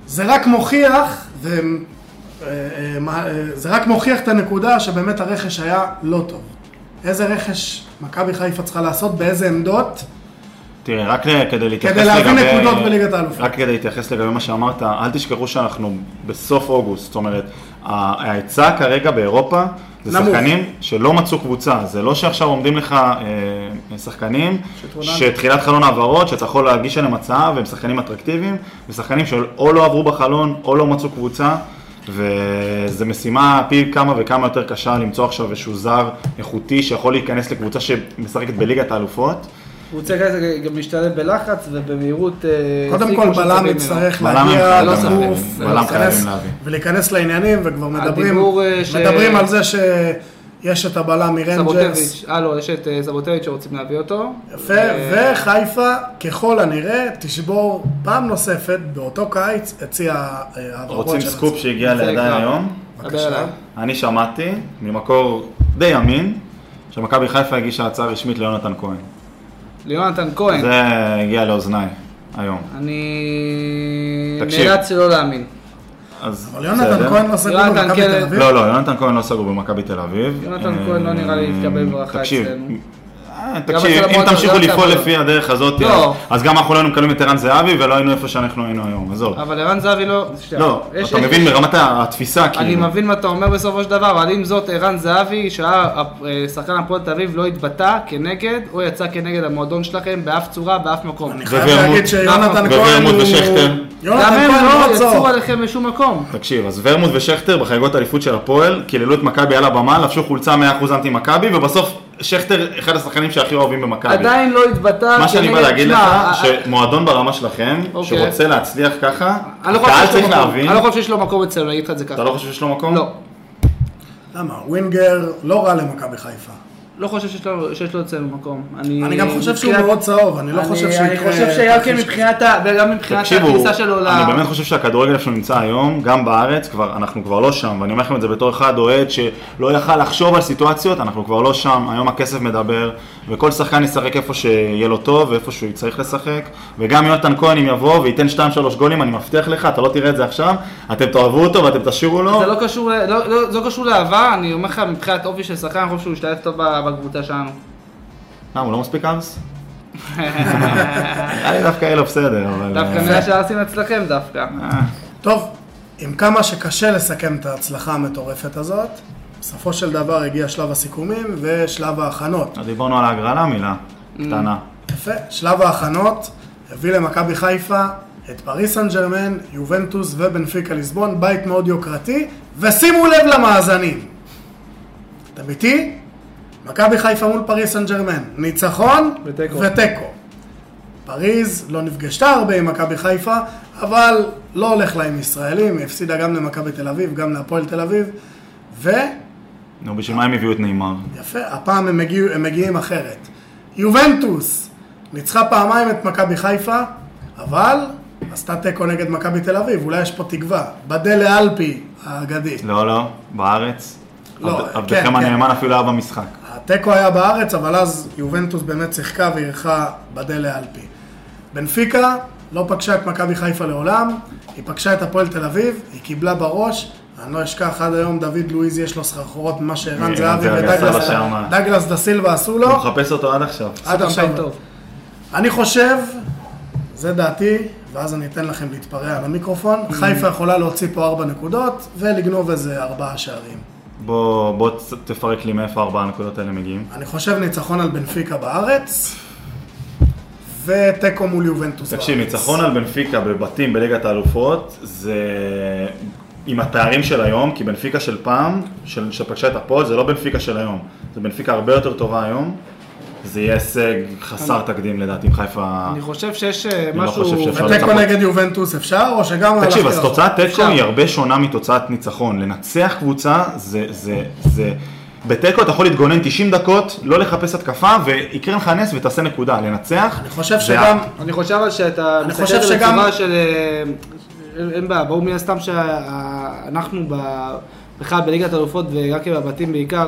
[SPEAKER 1] זה רק מוכיח, ו... אה, אה, מה- אה, זה רק מוכיח את הנקודה שבאמת הרכש היה לא טוב. איזה רכש מכבי חיפה צריכה לעשות, באיזה עמדות,
[SPEAKER 2] אה,
[SPEAKER 3] תראה, רק ל- כדי להתייחס
[SPEAKER 1] כדי להביא נקודות בליגת האלופות.
[SPEAKER 3] רק כדי להתייחס לגבי מה שאמרת, אל תשכחו שאנחנו בסוף אוגוסט, זאת אומרת, ה- ההיצע כרגע באירופה זה
[SPEAKER 1] נמוך.
[SPEAKER 3] שחקנים שלא מצאו קבוצה, זה לא שעכשיו עומדים לך אה, שחקנים,
[SPEAKER 2] שתרונן.
[SPEAKER 3] שתחילת חלון העברות, שאתה יכול להגיש עליהם הצעה, והם שחקנים אטרקטיביים, ושחקנים שאו לא עברו בחלון, או לא מצאו קבוצה. וזו משימה פי כמה וכמה יותר קשה למצוא עכשיו איזשהו זר איכותי שיכול להיכנס לקבוצה שמשחקת בליגת האלופות.
[SPEAKER 2] הוא צריך גם להשתלב בלחץ ובמהירות. אה,
[SPEAKER 1] קודם
[SPEAKER 2] השיא
[SPEAKER 1] כל
[SPEAKER 2] כמו שצריך
[SPEAKER 1] בלם
[SPEAKER 2] ממנו.
[SPEAKER 1] יצטרך
[SPEAKER 3] בלם הם
[SPEAKER 1] להגיע
[SPEAKER 3] חייבים
[SPEAKER 1] לגוף,
[SPEAKER 3] להביא, בלם
[SPEAKER 1] ולהיכנס-
[SPEAKER 3] חייבים להביא.
[SPEAKER 1] ולהיכנס לעניינים, וכבר מדברים
[SPEAKER 2] הדיבור, אה, ש-
[SPEAKER 1] מדברים על זה שיש את הבלם מרנג'רס.
[SPEAKER 2] סבוטביץ', אה לא, יש את אה, סבוטביץ' שרוצים להביא אותו.
[SPEAKER 1] יפה,
[SPEAKER 2] אה,
[SPEAKER 1] וחיפה ככל הנראה תשבור פעם נוספת באותו קיץ את צי ההעברות
[SPEAKER 3] אוקיי. רוצים
[SPEAKER 2] אוקיי.
[SPEAKER 1] של
[SPEAKER 3] סקופ
[SPEAKER 1] עצמה.
[SPEAKER 3] שהגיע
[SPEAKER 2] זה
[SPEAKER 3] לידיים
[SPEAKER 2] כבר.
[SPEAKER 3] היום?
[SPEAKER 2] דבר אליי.
[SPEAKER 3] אני שמעתי ממקור די אמין, שמכבי חיפה הגישה הצעה רשמית ליונתן כהן.
[SPEAKER 2] ליונתן כהן.
[SPEAKER 3] זה הגיע לאוזניי היום.
[SPEAKER 2] אני
[SPEAKER 3] תקשיב.
[SPEAKER 2] נאלץ שלא להאמין.
[SPEAKER 3] אז
[SPEAKER 1] אבל יונתן כהן לא סגור
[SPEAKER 2] יונתן
[SPEAKER 1] במכבי
[SPEAKER 2] כן-
[SPEAKER 1] תל אביב?
[SPEAKER 3] לא, לא, יונתן כהן לא סגור במכבי תל אביב.
[SPEAKER 2] יונתן כהן לא נראה לי יתקבל
[SPEAKER 3] אה,
[SPEAKER 2] ברכה
[SPEAKER 3] תקשיב,
[SPEAKER 2] אצלנו.
[SPEAKER 3] אה, אה,
[SPEAKER 2] גם
[SPEAKER 3] תקשיב,
[SPEAKER 2] אצל
[SPEAKER 3] אם
[SPEAKER 2] המועדון,
[SPEAKER 3] תמשיכו
[SPEAKER 2] גם אצל
[SPEAKER 3] לפעול
[SPEAKER 2] המועדון.
[SPEAKER 3] לפי הדרך הזאת,
[SPEAKER 2] לא.
[SPEAKER 3] אז- אז גם אנחנו לא היינו מקבלים את ערן זהבי ולא היינו איפה שאנחנו היינו היום, עזוב.
[SPEAKER 2] אבל ערן זהבי לא... שנייה.
[SPEAKER 3] לא,
[SPEAKER 2] יש-
[SPEAKER 3] אתה
[SPEAKER 2] יש-
[SPEAKER 3] מבין ברמת ה- התפיסה,
[SPEAKER 2] אני
[SPEAKER 3] כאילו.
[SPEAKER 2] מבין מה אתה אומר בסופו של דבר, אבל עם זאת ערן זהבי, שהשחקן הפועל תל אביב לא התבטא כנגד, או יצא כנגד המועדון שלכם באף צורה, באף מקום.
[SPEAKER 1] אני חייב
[SPEAKER 3] וורמוט.
[SPEAKER 1] להגיד שיונתן
[SPEAKER 3] נכון.
[SPEAKER 1] כהן
[SPEAKER 3] וורמוט
[SPEAKER 1] הוא...
[SPEAKER 3] ושכטר.
[SPEAKER 2] גם
[SPEAKER 1] יונתן
[SPEAKER 2] הם
[SPEAKER 1] כהן
[SPEAKER 2] לא
[SPEAKER 1] הוא
[SPEAKER 2] יצאו
[SPEAKER 1] עצור.
[SPEAKER 2] עליכם משום מקום.
[SPEAKER 3] תקשיב, אז ורמוט ושכטר בחגיגות האליפות של הפועל, קיללו את מכבי על הבמה, לבשו חולצה 100% אנטי מכבי, ובסוף שכטר אחד השחקנים שהכי אוהבים במכבי.
[SPEAKER 2] עדיין לא התבטא
[SPEAKER 3] מה שאני בא
[SPEAKER 2] כנגד-
[SPEAKER 3] להגיד לך,
[SPEAKER 2] שמע, אה,
[SPEAKER 3] שמועדון ברמה שלכם,
[SPEAKER 2] אוקיי.
[SPEAKER 3] שרוצה להצליח ככה,
[SPEAKER 2] אני לא חושב
[SPEAKER 3] הקהל
[SPEAKER 2] שיש לו
[SPEAKER 3] צריך
[SPEAKER 2] מקום.
[SPEAKER 3] להבין,
[SPEAKER 2] אני לא חושב שיש לו מקום אצלנו, אני אגיד לך את זה ככה.
[SPEAKER 3] אתה לא חושב שיש לו מקום?
[SPEAKER 2] לא.
[SPEAKER 1] למה? ווינגר לא רע למכבי חיפה.
[SPEAKER 2] לא חושב שיש לו- שיש לו אצלנו מקום. אני
[SPEAKER 1] אני גם חושב שהוא
[SPEAKER 2] מבחינת-
[SPEAKER 1] מאוד צהוב, אני לא חושב שיקרה...
[SPEAKER 2] אני חושב שגם כן מבחינת ה- וגם מבחינת
[SPEAKER 3] תקשיבו,
[SPEAKER 2] הכניסה שלו ל...
[SPEAKER 3] אני באמת חושב שהכדורגל איפה שהוא נמצא היום, גם בארץ, כבר, אנחנו כבר לא שם, ואני אומר לכם את זה בתור אחד אוהד שלא יכל לחשוב על סיטואציות, אנחנו כבר לא שם, היום הכסף מדבר, וכל שחקן ישחק איפה שיהיה לו טוב, ואיפה שהוא צריך לשחק, וגם יונתן כהן אם יבוא וייתן 2-3 גולים, אני מבטיח לך, אתה לא תראה את זה עכשיו, אתם תאהבו אותו ואתם תשאירו לו,
[SPEAKER 2] זה לא קשור, ל- לא, לא, זה לא קשור לאהבה, אני אומר לך, מבחינת אופי של שחקן, אני חושב שהוא השתלב טוב ב- בקבוצה שלנו.
[SPEAKER 3] למה, הוא לא מספיק אבס?
[SPEAKER 2] [laughs]
[SPEAKER 3] היה לי דווקא אלו בסדר, אבל... אה,
[SPEAKER 1] אה.
[SPEAKER 2] דווקא נראה שהאסים אצלכם דווקא. אה,
[SPEAKER 1] טוב, עם כמה שקשה לסכם את ההצלחה המטורפת הזאת, בסופו של דבר הגיע שלב הסיכומים ושלב ההכנות.
[SPEAKER 3] אז דיברנו על ההגרלה מילה,
[SPEAKER 2] Mm.
[SPEAKER 3] קטנה.
[SPEAKER 1] יפה, שלב ההכנות הביא למכבי חיפה את פריס סן ג'רמן, יובנטוס ובנפיקה ליסבון, בית מאוד יוקרתי, ושימו לב למאזנים. אתם איתי? מכבי חיפה מול פריס סן ג'רמן, ניצחון
[SPEAKER 2] ותיקו.
[SPEAKER 1] ותיקו. פריז לא נפגשתה הרבה עם מכבי חיפה, אבל לא הולך לה עם ישראלים, היא הפסידה גם למכבי תל אביב, גם להפועל תל אביב, ויפה,
[SPEAKER 3] נו, בשביל מה הם הביאו את נאמר?
[SPEAKER 1] הפעם הם, הגיעו, הם מגיעים אחרת. יובנטוס ניצחה פעמיים את מכבי חיפה, אבל עשתה תיקו נגד מכבי תל אביב, אולי יש פה תקווה. בדלה אלפי האגדי.
[SPEAKER 3] לא, לא, בארץ.
[SPEAKER 1] לא,
[SPEAKER 3] עבד-
[SPEAKER 1] כן,
[SPEAKER 3] עבדכם
[SPEAKER 1] כן.
[SPEAKER 3] הנאמן אפילו היה במשחק.
[SPEAKER 1] התיקו היה בארץ, אבל אז יובנטוס באמת שיחקה ואירחה בדלה אלפי. בנפיקה לא פגשה את מכבי חיפה לעולם, היא פגשה את הפועל תל אביב, היא קיבלה בראש, אני לא אשכח עד היום, דוד לואיז יש לו סחרחורות ממה שערן
[SPEAKER 3] אה, ערן
[SPEAKER 1] זהבי
[SPEAKER 3] זהבי עשה
[SPEAKER 1] ודגלס
[SPEAKER 3] לו שם.
[SPEAKER 1] דגלס דה סילבה עשו לו.
[SPEAKER 3] הוא מחפש אותו עד עכשיו.
[SPEAKER 1] עד
[SPEAKER 2] עשו
[SPEAKER 1] עכשיו. לא. אה.
[SPEAKER 2] קמפיין טוב.
[SPEAKER 1] אני חושב, זה דעתי, ואז אני אתן לכם להתפרע על המיקרופון,
[SPEAKER 3] Mm-hmm.
[SPEAKER 1] חיפה יכולה להוציא פה ארבע נקודות ולגנוב איזה ארבעה שערים.
[SPEAKER 3] בוא בוא ת- תפרק לי מאיפה ארבע הנקודות האלה מגיעים.
[SPEAKER 1] אני חושב ניצחון על בנפיקה בארץ, ותיקו מול יובנטוס
[SPEAKER 3] תקשיב,
[SPEAKER 1] בארץ.
[SPEAKER 3] ניצחון על בנפיקה בבתים בליגת האלופות, זה עם הפערים של היום, כי בנפיקה של פעם, של- שפגשה את הפועל, זה לא בנפיקה של היום. זה בנפיקה הרבה יותר טובה היום. זה יהיה הישג חסר תקדים לדעתי אם חיפה...
[SPEAKER 2] אני חושב שיש אה,
[SPEAKER 3] לא
[SPEAKER 2] משהו...
[SPEAKER 3] חושב שאפשר.
[SPEAKER 1] ותיקו
[SPEAKER 3] לצפות.
[SPEAKER 1] נגד יובנטוס אפשר, או שגם...
[SPEAKER 3] תקשיב,
[SPEAKER 1] הלכתי
[SPEAKER 3] אז
[SPEAKER 1] רחוק?
[SPEAKER 3] תוצאת תיקו
[SPEAKER 2] אפשר.
[SPEAKER 3] היא הרבה שונה מתוצאת ניצחון. לנצח קבוצה זה... זה, זה... בתיקו אתה יכול להתגונן 90 דקות, לא לחפש התקפה, ויקרה לך נס ותעשה נקודה. לנצח...
[SPEAKER 1] אני חושב
[SPEAKER 3] זה
[SPEAKER 1] שגם...
[SPEAKER 2] אני חושב אבל שאתה
[SPEAKER 1] אני
[SPEAKER 2] מסתכל
[SPEAKER 1] חושב
[SPEAKER 2] על זה
[SPEAKER 1] שגם-
[SPEAKER 2] בצורה של... אה, אין- אין בעיה, ברור מן הסתם שאנחנו בכלל בליגת אלופות וגם כבבתים בעיקר,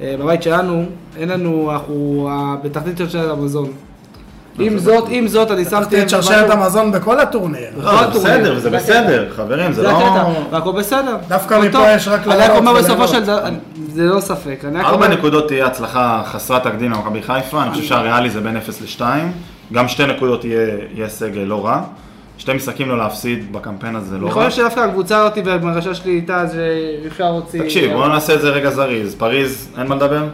[SPEAKER 2] אה, בבית שלנו, אין לנו, אנחנו אה, בתחתית שרשרת המזון.
[SPEAKER 1] לא
[SPEAKER 2] עם זאת, עם זאת, אני שמתי...
[SPEAKER 1] לקחתי את
[SPEAKER 2] לב
[SPEAKER 1] שרשרת
[SPEAKER 2] משהו-
[SPEAKER 1] המזון בכל הטורניר.
[SPEAKER 3] לא, זה בסדר,
[SPEAKER 2] הטורניר.
[SPEAKER 3] זה בסדר, חברים, זה
[SPEAKER 2] זה
[SPEAKER 3] לא...
[SPEAKER 2] הקטע, והכל בסדר.
[SPEAKER 1] דווקא
[SPEAKER 2] הכל
[SPEAKER 1] מפה
[SPEAKER 2] טוב.
[SPEAKER 1] יש רק
[SPEAKER 2] אני רק
[SPEAKER 1] לעלות
[SPEAKER 2] אומר בסופו
[SPEAKER 1] ולעלות.
[SPEAKER 2] של דבר, זה לא ספק. אני רק
[SPEAKER 3] ארבע
[SPEAKER 2] אומר-
[SPEAKER 3] נקודות תהיה הצלחה חסרת תקדים למכבי חיפה, אני חושב שהריאלי זה בין 0 ל-2, גם שתי נקודות יהיה יהיה הישג לא רע, שתי משחקים לא להפסיד בקמפיין הזה לא
[SPEAKER 2] אני
[SPEAKER 3] רע.
[SPEAKER 2] חושב שדווקא הקבוצה הזאת והמרשה שלי איתה, זה אפשר להוציא...
[SPEAKER 3] תקשיב, בואו נעשה את זה רגע זריז, פריז, אין מה לדבר?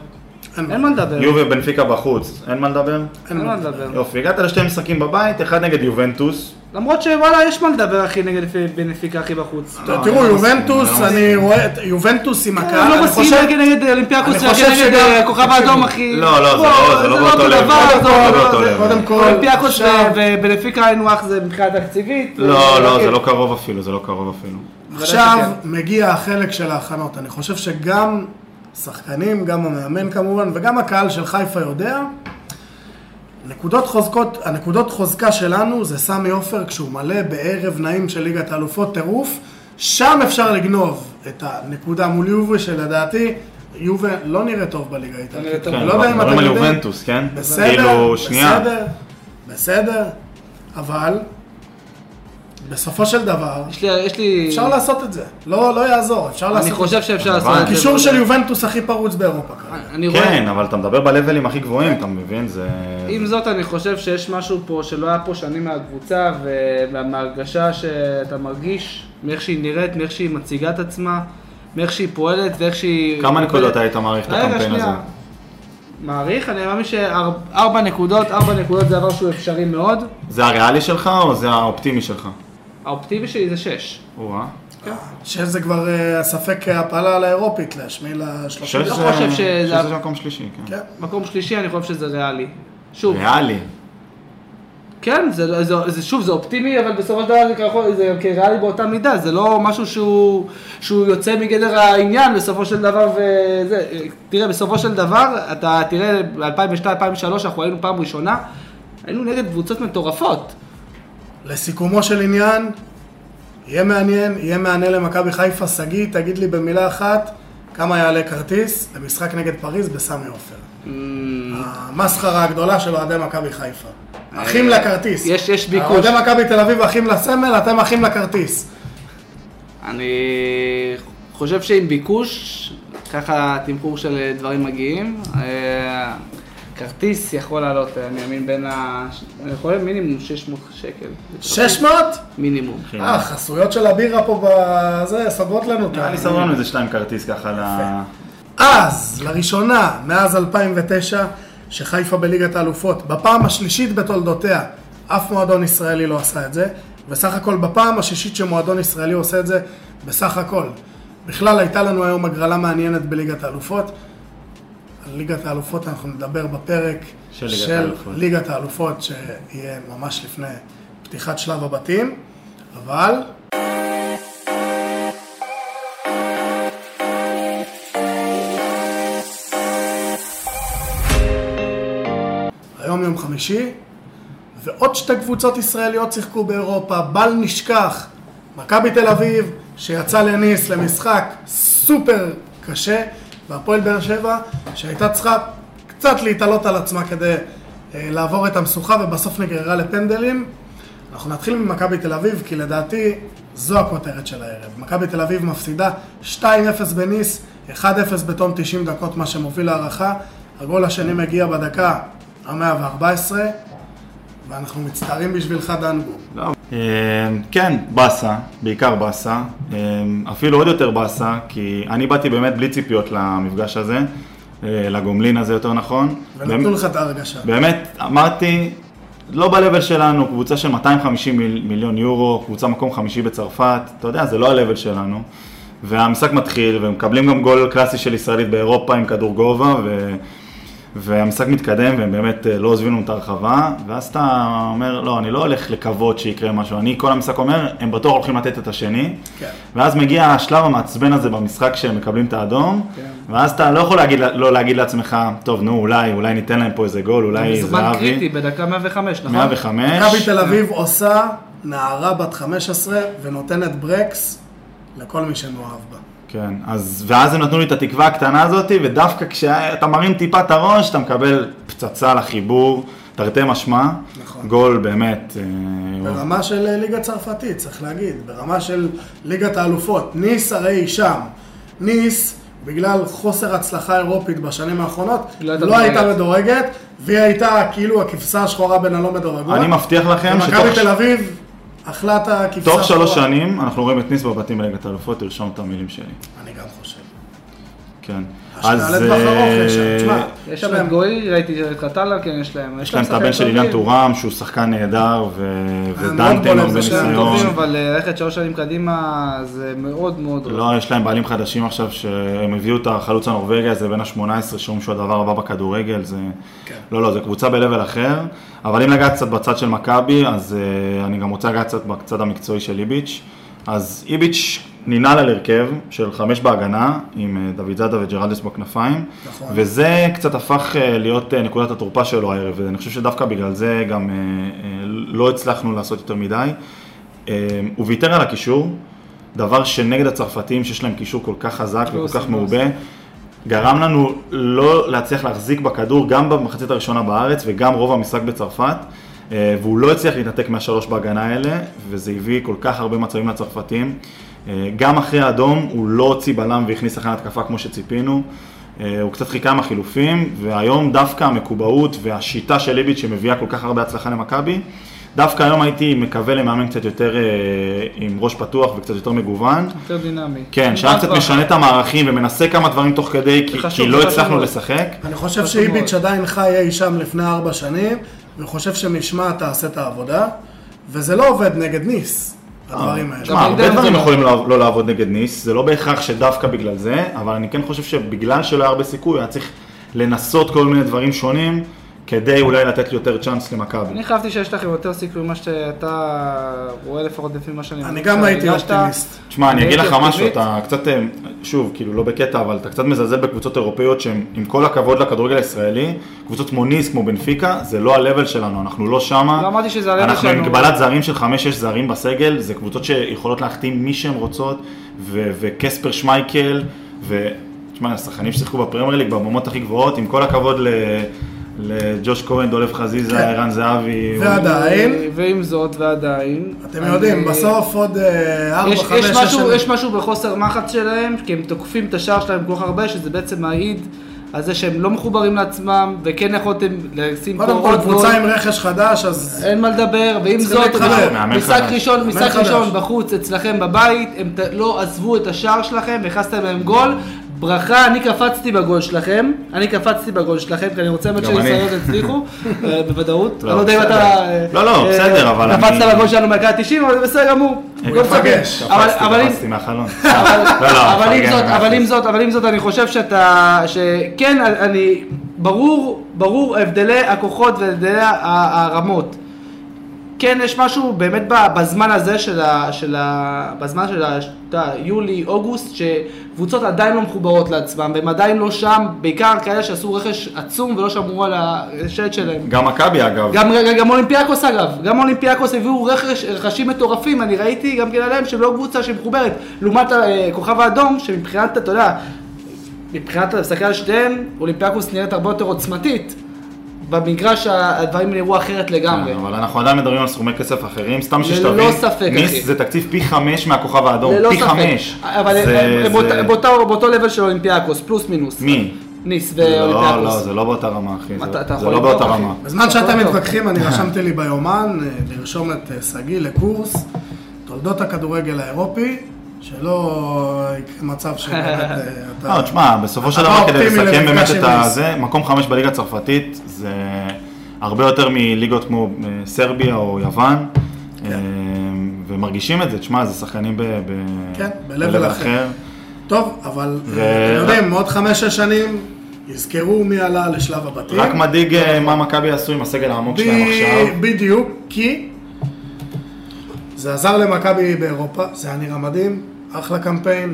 [SPEAKER 2] אין מה לדבר.
[SPEAKER 3] יובי בנפיקה בחוץ, אין מה לדבר?
[SPEAKER 2] אין מה לדבר.
[SPEAKER 3] יופי, הגעת לשתי משחקים בבית, אחד נגד יובנטוס,
[SPEAKER 2] למרות שוואלה, יש מה לדבר, אחי, נגד בנפיקה, אחי, בחוץ.
[SPEAKER 1] טוב, תראו,
[SPEAKER 3] אני לא
[SPEAKER 1] יובנטוס,
[SPEAKER 3] מסכים, אני לא
[SPEAKER 1] אני רואה את יובנטוס עם הקהל,
[SPEAKER 2] אני לא
[SPEAKER 1] אני
[SPEAKER 2] מסכים
[SPEAKER 1] חושב-
[SPEAKER 2] נגד- נגד אולימפיאקוס,
[SPEAKER 1] אני
[SPEAKER 2] נגד
[SPEAKER 1] חושב
[SPEAKER 2] נגד
[SPEAKER 1] שגם-
[SPEAKER 2] הכוכב האדום, אחי.
[SPEAKER 3] לא, לא, זה
[SPEAKER 2] בוא,
[SPEAKER 3] לא- זה לא באותו
[SPEAKER 2] אותו
[SPEAKER 3] לב,
[SPEAKER 2] דבר,
[SPEAKER 3] זה לא
[SPEAKER 2] זה
[SPEAKER 3] באותו
[SPEAKER 2] אותו
[SPEAKER 3] לב.
[SPEAKER 2] דבר.
[SPEAKER 1] קודם כל,
[SPEAKER 2] אולימפיאקוס
[SPEAKER 1] עכשיו-
[SPEAKER 2] ובנפיקה היינו אח זה מבחינה תקציבית. אה,
[SPEAKER 3] לא,
[SPEAKER 2] אוקיי.
[SPEAKER 3] לא, זה לא קרוב אפילו, זה לא קרוב אפילו.
[SPEAKER 1] עכשיו מגיע החלק של ההכנות. אני חושב שגם שחקנים, גם המאמן כמובן, וגם הקהל של חיפה יודע, נקודות חוזקות, הנקודות חוזקה שלנו זה סמי עופר כשהוא מלא בערב נעים של ליגת האלופות, טירוף, שם אפשר לגנוב את הנקודה מול יובה, שלדעתי יובה לא נראה טוב בליגה
[SPEAKER 2] נראה
[SPEAKER 1] האיטלקית.
[SPEAKER 2] טוב.
[SPEAKER 1] אני
[SPEAKER 3] כן,
[SPEAKER 1] לא יודע אם
[SPEAKER 3] מדברים
[SPEAKER 1] אתה
[SPEAKER 3] על
[SPEAKER 1] יודע.
[SPEAKER 3] יובנטוס, כן?
[SPEAKER 1] בסדר,
[SPEAKER 3] כאילו, שנייה.
[SPEAKER 1] בסדר, בסדר, אבל בסופו של דבר,
[SPEAKER 2] יש לי, יש לי...
[SPEAKER 1] אפשר לעשות את זה. לא, לא יעזור, אפשר לעשות
[SPEAKER 2] אני
[SPEAKER 1] את זה.
[SPEAKER 2] חושב לא- שאפשר לעשות
[SPEAKER 3] אבל-
[SPEAKER 2] את זה.
[SPEAKER 1] הקישור של יובנטוס הכי פרוץ באירופה כרגע.
[SPEAKER 2] אני רואה.
[SPEAKER 3] כן, אבל אתה מדבר בלבלים הכי גבוהים, אתה מבין? זה...
[SPEAKER 2] עם זאת, אני חושב שיש משהו פה שלא היה פה שנים מהקבוצה, ו- ומההרגשה שאתה מרגיש, מאיך שהיא נראית, מאיך שהיא מציגה את עצמה, מאיך שהיא פועלת, ואיך שהיא...
[SPEAKER 3] כמה נקודות היית מעריך את
[SPEAKER 2] רגע,
[SPEAKER 3] הקמפיין הזה?
[SPEAKER 2] שנייה. מעריך, אני מאמין שארבע נקודות, ארבע נקודות זה דבר שהוא אפשרי מאוד.
[SPEAKER 3] זה הריאלי שלך או זה האופטימי שלך? אה?
[SPEAKER 2] האופטימי שלי זה שש.
[SPEAKER 3] או-אה.
[SPEAKER 1] שזה כבר אה, ספק הפלה על האירופית להשמיע לשלושה.
[SPEAKER 3] שש
[SPEAKER 2] לא
[SPEAKER 3] זה-
[SPEAKER 2] חושב שזה-
[SPEAKER 3] שש זה מקום שלישי, כן.
[SPEAKER 1] כן.
[SPEAKER 2] מקום שלישי, אני חושב שזה ריאלי. שוב,
[SPEAKER 3] ריאלי.
[SPEAKER 2] כן, זה, זה, זה, שוב, זה אופטימי, אבל בסופו של דבר זה, כרחוב, זה גם כריאלי באותה מידה, זה לא משהו שהוא, שהוא יוצא מגדר העניין בסופו של דבר וזה. תראה, בסופו של דבר, אתה תראה, ב-2002-2003 אנחנו היינו פעם ראשונה, היינו נגד קבוצות מטורפות.
[SPEAKER 1] לסיכומו של עניין, יהיה מעניין, יהיה מענה למכבי חיפה. שגיא, תגיד לי במילה אחת, כמה יעלה כרטיס למשחק נגד פריז בסמי עופר.
[SPEAKER 2] אמ.
[SPEAKER 1] המסחרה הגדולה של אוהדי מכבי חיפה. אחים לכרטיס.
[SPEAKER 2] אה,
[SPEAKER 1] אה,
[SPEAKER 2] יש- יש ביקוש.
[SPEAKER 1] אוהדי מכבי תל אביב אחים לסמל, אתם אחים לכרטיס.
[SPEAKER 2] אני חושב שעם ביקוש, ככה התמחור של דברים מגיעים. אה, כרטיס יכול לעלות, אני מאמין, בין ה... אני יכול מינימום 600 שקל.
[SPEAKER 1] 600?
[SPEAKER 2] מינימום.
[SPEAKER 3] כן.
[SPEAKER 1] אה, חסויות של הבירה פה בזה, סוגרות לנו את ה...
[SPEAKER 3] אני שם לנו איזה שתיים כרטיס ככה ל...
[SPEAKER 1] אז, לראשונה, מאז 2009, שחיפה בליגת האלופות, בפעם השלישית בתולדותיה, אף מועדון ישראלי לא עשה את זה, וסך הכל בפעם השישית שמועדון ישראלי עושה את זה, בסך הכל. בכלל הייתה לנו היום הגרלה מעניינת בליגת האלופות. על ליגת האלופות אנחנו נדבר בפרק
[SPEAKER 3] של ליגת
[SPEAKER 1] של
[SPEAKER 3] האלופות.
[SPEAKER 1] ליגת האלופות, שיהיה ממש לפני פתיחת שלב הבתים, אבל היום יום חמישי, ועוד שתי קבוצות ישראליות שיחקו באירופה, בל נשכח, מכבי תל אביב, שיצא לניס למשחק סופר קשה, והפועל באר שבע, שהייתה צריכה קצת להתעלות על עצמה כדי אה, לעבור את המשוכה, ובסוף נגררה לפנדלים. אנחנו נתחיל ממכבי תל אביב, כי לדעתי זו הכותרת של הערב. מכבי תל אביב מפסידה 2-0 בניס, 1-0 בתום 90 דקות, מה שמוביל להערכה. הגול השני מגיע בדקה ה-114, ואנחנו מצטערים בשבילך, דנגו.
[SPEAKER 3] אה, כן, באסה, בעיקר באסה, אה, אפילו עוד יותר באסה, כי אני באתי באמת בלי ציפיות למפגש הזה, אה, לגומלין הזה יותר נכון.
[SPEAKER 1] ונתנו לך את ההרגשה.
[SPEAKER 3] באמת, אמרתי, לא ב-level שלנו, קבוצה של 250 מיל, מיליון יורו, קבוצה מקום חמישי בצרפת, אתה יודע, זה לא ה-level שלנו. והמשחק מתחיל, ומקבלים גם גול קלאסי של ישראלית באירופה עם כדור גובה, ו... והמשחק מתקדם, והם באמת אה, לא עוזבים לנו את הרחבה, ואז אתה אומר, לא, אני לא הולך לקוות שיקרה משהו, אני כל המשחק אומר, הם בטוח הולכים לתת את השני,
[SPEAKER 1] כן.
[SPEAKER 3] ואז מגיע השלב המעצבן הזה במשחק שהם מקבלים את האדום,
[SPEAKER 2] כן.
[SPEAKER 3] ואז אתה לא יכול להגיד, לא להגיד לעצמך, טוב, נו, אולי, אולי ניתן להם פה איזה גול, אולי
[SPEAKER 2] זמן קריטי,
[SPEAKER 3] זהבי,
[SPEAKER 2] בדקה 105, נכון?
[SPEAKER 3] 105,
[SPEAKER 1] מכבי תל אביב עושה נערה בת 15 ונותנת ברקס לכל מי שמאוהב בה.
[SPEAKER 3] כן, אז, ואז הם נתנו לי את התקווה הקטנה הזאת, ודווקא כשאתה מרים טיפה את הראש, אתה מקבל פצצה לחיבור, תרתי משמע,
[SPEAKER 1] נכון.
[SPEAKER 3] גול באמת, אה,
[SPEAKER 1] ברמה של אה, ליגה צרפתית, צריך להגיד, ברמה של ליגת האלופות. ניס הרי היא שם. ניס, בגלל חוסר הצלחה אירופית בשנים האחרונות,
[SPEAKER 2] לא
[SPEAKER 1] לא,
[SPEAKER 2] הייתה
[SPEAKER 1] הייתה
[SPEAKER 2] מדורגת.
[SPEAKER 1] מדורגת, והיא הייתה כאילו הכבשה השחורה בין הלא מדורגות.
[SPEAKER 3] אני מבטיח לכם
[SPEAKER 1] ומכבי תל
[SPEAKER 3] שתוך
[SPEAKER 1] אביב אכלה את הכבשה
[SPEAKER 3] תוך שלוש
[SPEAKER 1] השחורה.
[SPEAKER 3] שנים אנחנו רואים את ניס בבתים בליגת האלופות, תרשום את המילים שלי,
[SPEAKER 1] אני גם חושב.
[SPEAKER 3] כן. אה,
[SPEAKER 1] השאלה לטווח
[SPEAKER 2] אה,
[SPEAKER 1] ארוך יש שם, תשמע,
[SPEAKER 2] יש שם את גוי, ראיתי את חתלה, כן, יש להם.
[SPEAKER 3] יש להם את
[SPEAKER 2] שחקנים
[SPEAKER 3] הבן של אילן
[SPEAKER 2] טובים.
[SPEAKER 3] טורם, שהוא שחקן נהדר, ו-
[SPEAKER 1] אה, מאוד
[SPEAKER 3] ודנתם
[SPEAKER 1] בולט
[SPEAKER 3] הרבה
[SPEAKER 1] בשער,
[SPEAKER 2] שחקנים
[SPEAKER 3] ניסיון.
[SPEAKER 2] טובים, אבל אה, ללכת שלוש שנים קדימה זה מאוד מאוד רע.
[SPEAKER 3] לא, יש להם בעלים חדשים עכשיו, שהם הביאו את החלוץ הנורבגי הזה בין ה-18, שאומרים שהוא הדבר הבא בכדורגל, זה...
[SPEAKER 1] כן.
[SPEAKER 3] לא, לא, זה קבוצה ב-level אחר, אבל אם לגעת קצת בצד של מכבי, אז אה, אני גם רוצה לגעת קצת בצד המקצועי של איביץ'. אז איביץ' ננעל על הרכב של חמש בהגנה, עם אה, דוד זאדה וג'רלדס בכנפיים,
[SPEAKER 1] נכון.
[SPEAKER 3] וזה קצת הפך אה, להיות אה, נקודת התורפה שלו הערב, ואני חושב שדווקא בגלל זה גם אה, אה, לא הצלחנו לעשות יותר מדי. אה, הוא ויתר על הקישור, דבר שנגד הצרפתים, שיש להם קישור כל כך חזק
[SPEAKER 2] לא
[SPEAKER 3] וכל
[SPEAKER 2] עושים,
[SPEAKER 3] כך
[SPEAKER 2] לא
[SPEAKER 3] מעובה, גרם לנו לא להצליח להחזיק בכדור גם במחצית הראשונה בארץ וגם רוב המשחק בצרפת. אה, והוא לא הצליח להתנתק מהשלוש בהגנה האלה, וזה הביא כל כך הרבה מצבים לצרפתים. אה, גם אחרי האדום הוא לא הוציא בלם והכניס שחקן התקפה כמו שציפינו. אה, הוא קצת חיכה עם החילופים, והיום דווקא המקובעות והשיטה של ליביץ' שמביאה כל כך הרבה הצלחה למכבי, דווקא היום הייתי מקווה למאמן קצת יותר אה, עם ראש פתוח וקצת יותר מגוון.
[SPEAKER 2] יותר דינמי.
[SPEAKER 3] כן, שהיה קצת משנה את המערכים ומנסה כמה דברים תוך כדי, כי-
[SPEAKER 2] זה חשוב,
[SPEAKER 3] כי
[SPEAKER 2] זה
[SPEAKER 3] לא
[SPEAKER 2] חשוב
[SPEAKER 3] הצלחנו
[SPEAKER 2] מאוד.
[SPEAKER 3] לשחק.
[SPEAKER 1] אני חושב
[SPEAKER 2] חשוב
[SPEAKER 1] שאיביץ'
[SPEAKER 2] מאוד.
[SPEAKER 1] עדיין חי אי שם לפני ארבע שנים, וחושב שמשמעת תעשה את העבודה, וזה לא עובד נגד ניס,
[SPEAKER 2] אה,
[SPEAKER 1] הדברים האלה.
[SPEAKER 3] תשמע, הרבה
[SPEAKER 2] עידן
[SPEAKER 3] דברים
[SPEAKER 2] זה
[SPEAKER 3] יכולים לא לא לעבוד נגד ניס, זה לא בהכרח שדווקא בגלל זה, אבל אני כן חושב שבגלל שלא היה הרבה סיכוי, היה צריך לנסות כל מיני דברים שונים, כדי אולי לתת יותר צ'אנס למכבי.
[SPEAKER 2] אני חשבתי שיש לכם יותר סיכוי ממה שאתה רואה לפחות לפי מה שאני...
[SPEAKER 1] אני גם הייתי
[SPEAKER 2] הרגשת.
[SPEAKER 1] אופטימיסט.
[SPEAKER 3] תשמע, אני
[SPEAKER 2] אני
[SPEAKER 3] אגיד לך
[SPEAKER 2] הייתי
[SPEAKER 3] משהו,
[SPEAKER 2] אופטימיסט.
[SPEAKER 3] אתה קצת, אה, שוב, כאילו לא בקטע, אבל אתה קצת מזלזל בקבוצות אירופאיות שהן, עם כל הכבוד לכדורגל הישראלי, קבוצות כמו ניס, כמו בנפיקה, זה לא ה-level שלנו, אנחנו לא שמה.
[SPEAKER 2] לא אמרתי שזה הלב
[SPEAKER 3] אנחנו עם
[SPEAKER 2] שלנו.
[SPEAKER 3] מגבלת זרים של 5-6 זרים בסגל, זה קבוצות שיכולות להחתים מי שהן רוצות, ו- וקספר שמייקל, ו... תשמע, השחקנים ששיחקו בפרמייר ליג ברמות הכי גבוהות, עם כל הכבוד ל- לג'וש כהן, דולב חזיזה,
[SPEAKER 1] כן.
[SPEAKER 3] ערן זהבי, הוא-
[SPEAKER 1] ועדיין,
[SPEAKER 2] אה, ועם זאת, ועדיין.
[SPEAKER 1] אתם יודעים,
[SPEAKER 2] אני-
[SPEAKER 1] בסוף עוד אה, ארבע,
[SPEAKER 2] יש,
[SPEAKER 1] חמש,
[SPEAKER 2] יש,
[SPEAKER 1] שש
[SPEAKER 2] משהו,
[SPEAKER 1] שנים.
[SPEAKER 2] יש משהו בחוסר מחץ שלהם, כי הם תוקפים את השער שלהם כל כך הרבה, שזה בעצם מעיד על זה שהם לא מחוברים לעצמם, וכן יכולתם לשים פה
[SPEAKER 1] קודם כל,
[SPEAKER 2] עוד גול.
[SPEAKER 1] קבוצה עם רכש חדש, אז
[SPEAKER 2] אין מה לדבר, ועם
[SPEAKER 1] צריכים
[SPEAKER 2] זאת,
[SPEAKER 1] להתחבר.
[SPEAKER 2] אנחנו-
[SPEAKER 3] מאמן
[SPEAKER 2] משחק
[SPEAKER 3] חדש.
[SPEAKER 2] ראשון,
[SPEAKER 1] מאמן
[SPEAKER 2] משחק
[SPEAKER 1] חדש.
[SPEAKER 2] ראשון בחוץ אצלכם בבית, הם ת- לא עזבו את השער שלכם, הכנסתם להם גול, ברכה, אני קפצתי בגול שלכם, אני קפצתי בגול שלכם, כי אני רוצה באמת
[SPEAKER 3] גם אני.
[SPEAKER 2] שהישראליות
[SPEAKER 3] [laughs]
[SPEAKER 2] יצליחו, אה, בוודאות, אני
[SPEAKER 3] לא,
[SPEAKER 2] לא יודע אם
[SPEAKER 3] בסדר.
[SPEAKER 2] אתה... אה,
[SPEAKER 3] לא, לא,
[SPEAKER 2] אה,
[SPEAKER 3] בסדר, אבל אני-
[SPEAKER 2] קפצת בגול שלנו מהקהל 90, אבל זה בסדר גמור.
[SPEAKER 3] אה,
[SPEAKER 2] גול סביר.
[SPEAKER 1] מתרגש.
[SPEAKER 2] לא אבל-
[SPEAKER 3] קפצתי,
[SPEAKER 2] אבל אם-
[SPEAKER 3] קפצתי מהחלון.
[SPEAKER 2] [laughs] אבל-
[SPEAKER 3] לא, לא,
[SPEAKER 2] אבל עם
[SPEAKER 3] מפרגן,
[SPEAKER 2] זאת,
[SPEAKER 3] מאה
[SPEAKER 2] אבל
[SPEAKER 3] אחוז.
[SPEAKER 2] עם זאת, אבל עם זאת, אני חושב שאתה, שכן, אני, ברור, ברור הבדלי הכוחות והבדלי ה- הרמות. כן, יש משהו באמת ב- בזמן הזה של ה... של ה בזמן של ה... אתה יודע, יולי, אוגוסט, שקבוצות עדיין לא מחוברות לעצמם, והם עדיין לא שם, בעיקר כאלה שעשו רכש עצום ולא שמרו על השלט שלהם.
[SPEAKER 3] גם מכבי אגב.
[SPEAKER 2] גם, גם אולימפיאקוס אגב, גם אולימפיאקוס הביאו רכש, רכשים מטורפים, אני ראיתי גם כן עליהם שהם לא קבוצה שמחוברת, לעומת הכוכב האדום, שמבחינת, אתה יודע, מבחינת, אתה מסתכל על שתיהן, אולימפיאקוס נראית הרבה יותר עוצמתית, במגרש ה- הדברים נראו אחרת לגמרי.
[SPEAKER 3] כן, אבל אנחנו עדיין מדברים על סכומי כסף אחרים, סתם שתבין,
[SPEAKER 2] ללא ספק, אחי.
[SPEAKER 3] ניס זה תקציב פי חמש מהכוכב האדום,
[SPEAKER 2] ללא
[SPEAKER 3] לא, פי
[SPEAKER 2] ספק.
[SPEAKER 3] חמש.
[SPEAKER 2] אבל
[SPEAKER 3] זה-
[SPEAKER 2] הם- הם
[SPEAKER 3] זה-
[SPEAKER 2] באותה- באותה- באותו לבל של אולימפיאקוס, פלוס מינוס.
[SPEAKER 3] מי?
[SPEAKER 2] ניס
[SPEAKER 3] לא, לא,
[SPEAKER 2] ואולימפיאקוס.
[SPEAKER 3] זה לא באותה רמה, אחי.
[SPEAKER 2] אתה-
[SPEAKER 3] זה-
[SPEAKER 2] אתה
[SPEAKER 3] זה
[SPEAKER 2] יכול
[SPEAKER 3] לא
[SPEAKER 2] לבדוק,
[SPEAKER 3] באותה
[SPEAKER 2] אחי.
[SPEAKER 3] רמה.
[SPEAKER 1] בזמן
[SPEAKER 2] טוב,
[SPEAKER 1] שאתם
[SPEAKER 2] טוב.
[SPEAKER 1] מתווכחים,
[SPEAKER 2] [laughs]
[SPEAKER 1] אני רשמתי לי ביומן אה, לרשום את אה, שגיא לקורס תולדות הכדורגל האירופי, שלא יקרה מצב שבאמת
[SPEAKER 2] [laughs]
[SPEAKER 1] אה,
[SPEAKER 3] לא,
[SPEAKER 1] אתה...
[SPEAKER 3] תשמע, בסופו של
[SPEAKER 1] אתה
[SPEAKER 3] דבר, כדי
[SPEAKER 1] אופטימי
[SPEAKER 3] לסכם באמת
[SPEAKER 1] למפגש
[SPEAKER 3] את
[SPEAKER 1] עם ניס.
[SPEAKER 3] הזה, מקום חמש בליגה הצרפתית, זה הרבה יותר מליגות כמו אה, סרביה או יוון, אה, ומרגישים את זה, תשמע, זה שחקנים ב- ב-
[SPEAKER 1] כן, ב-level אחר. טוב, אבל
[SPEAKER 3] ו-
[SPEAKER 1] אה, אתם יודעים, עוד חמש-שש שנים יזכרו מי עלה לשלב הבתים.
[SPEAKER 3] רק מדאיג אה, מה מכבי יעשו עם הסגל העמוק שלהם עכשיו.
[SPEAKER 1] ב- בדיוק, כי זה עזר למכבי באירופה, זה היה נראה מדהים, אחלה קמפיין,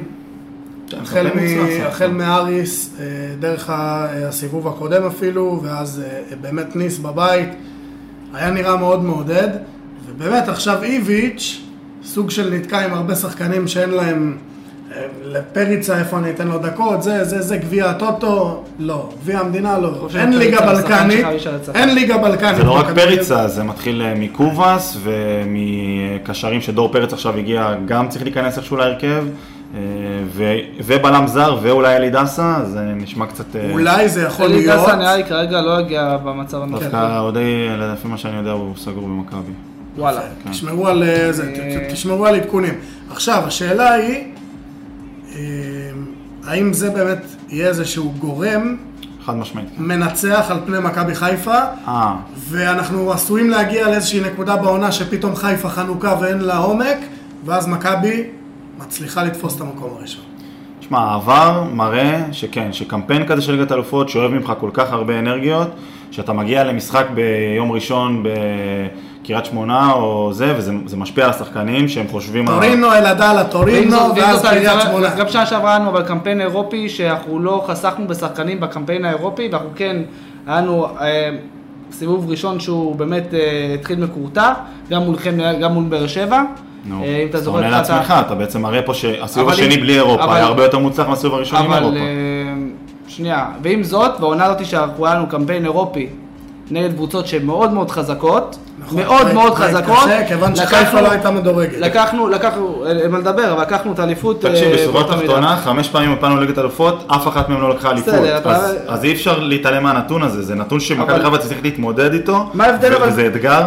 [SPEAKER 1] החל,
[SPEAKER 3] כן, קמפיין מוצלח,
[SPEAKER 1] מ-
[SPEAKER 3] סך
[SPEAKER 1] החל
[SPEAKER 3] הכל.
[SPEAKER 1] מאריס, אה, דרך ה- אה, הסיבוב הקודם אפילו, ואז אה, באמת ניס בבית, היה נראה מאוד מעודד, ובאמת עכשיו איביץ', סוג של נתקע עם הרבה שחקנים שאין להם, אה, לפריצה איפה אני אתן לו דקות, זה, זה, זה גביע הטוטו, לא, גביע המדינה לא,
[SPEAKER 2] חושב
[SPEAKER 1] אין ליגה
[SPEAKER 2] שפריצה הוא השחקן
[SPEAKER 1] בלקנית,
[SPEAKER 2] שלך, אי אפשר לצחק.
[SPEAKER 1] אין ליגה בלקנית.
[SPEAKER 3] זה לא רק
[SPEAKER 1] בכדורגל.
[SPEAKER 3] פריצה, זה מתחיל אה, מקובס ומקשרים שדור פרץ עכשיו הגיע, גם צריך להיכנס איכשהו להרכב, אה, ו- ובלם זר ואולי אלי דסה, זה נשמע קצת... אה,
[SPEAKER 1] אולי כן. זה יכול
[SPEAKER 2] אלי
[SPEAKER 1] להיות,
[SPEAKER 2] דסה נראה לי כרגע לא הגיע במצב הנוכחי.
[SPEAKER 3] דווקא עוד די, לפי מה שאני יודע, הוא סגור במכבי.
[SPEAKER 2] וואלה.
[SPEAKER 1] תשמרו על אה, זה, ת-
[SPEAKER 2] אה.
[SPEAKER 1] ת- תשמרו על עדכונים. עכשיו, השאלה היא, אה, האם זה באמת יהיה איזשהו גורם
[SPEAKER 3] חד משמעית.
[SPEAKER 1] Mm.
[SPEAKER 3] כן.
[SPEAKER 1] מנצח על פני מכבי חיפה,
[SPEAKER 3] אה,
[SPEAKER 1] ואנחנו עשויים להגיע לאיזושהי נקודה בעונה שפתאום חיפה חנוכה ואין לה עומק, ואז מכבי מצליחה לתפוס את המקום הראשון.
[SPEAKER 3] תשמע, העבר מראה שכן, שקמפיין כזה של ליגת אלופות שואב ממך כל כך הרבה אנרגיות, שאתה מגיע למשחק ביום ראשון בקריית שמונה או זה, וזה זה משפיע על השחקנים שהם חושבים על...
[SPEAKER 1] טורינו, אל עדאלה,
[SPEAKER 2] ואם
[SPEAKER 1] טורינו,
[SPEAKER 2] זאת- ואם
[SPEAKER 1] ואז
[SPEAKER 2] זאת אה, אני
[SPEAKER 1] קריית
[SPEAKER 2] צריך-
[SPEAKER 1] שמונה.
[SPEAKER 2] גם שנה שעברה היה לנו אבל קמפיין אירופי שאנחנו לא חסכנו בשחקנים בקמפיין האירופי ואנחנו כן, היה לנו אה, סיבוב ראשון שהוא באמת אה, התחיל מקורטע, גם מולכם, גם מול באר שבע.
[SPEAKER 3] נו,
[SPEAKER 2] אה, אם אתה
[SPEAKER 3] אתה
[SPEAKER 2] זוכר
[SPEAKER 3] עונה
[SPEAKER 2] איך אתה-
[SPEAKER 3] לעצמך, אתה בעצם מראה פה שהסיבוב
[SPEAKER 2] אבל
[SPEAKER 3] השני
[SPEAKER 2] אם-
[SPEAKER 3] בלי אירופה
[SPEAKER 2] אבל-
[SPEAKER 3] היה הרבה יותר מוצלח מהסיבוב הראשון עם
[SPEAKER 2] אבל
[SPEAKER 3] אירופה.
[SPEAKER 2] אה, שנייה, ועם זאת, והעונה הזאת שאנחנו היה לנו קמפיין אירופי נגד קבוצות שהן מאוד מאוד חזקות,
[SPEAKER 1] נכון,
[SPEAKER 2] מאוד
[SPEAKER 1] זה-
[SPEAKER 2] מאוד
[SPEAKER 1] זה
[SPEAKER 2] חזקות.
[SPEAKER 1] קשה, כיוון
[SPEAKER 2] לקחנו-
[SPEAKER 1] שחיפה לא הייתה מדורגת.
[SPEAKER 2] לקחנו, לקחנו, אין אין מה לדבר, אבל לקחנו את האליפות.
[SPEAKER 3] תקשיב,
[SPEAKER 2] אה,
[SPEAKER 3] בשורה
[SPEAKER 2] באותה מידה.
[SPEAKER 3] התחתונה, חמש פעמים הפענו ליגת אלופות, אף אחת מהן לא לקחה אליפות.
[SPEAKER 2] בסדר, אתה-
[SPEAKER 3] אז- אז אי אפשר להתעלם מהנתון הזה, זה נתון שמכבי
[SPEAKER 2] אבל-
[SPEAKER 3] חיפה תצטרך להתמודד איתו,
[SPEAKER 2] מה ההבדל
[SPEAKER 3] ו-
[SPEAKER 2] אבל-
[SPEAKER 3] וזה אתגר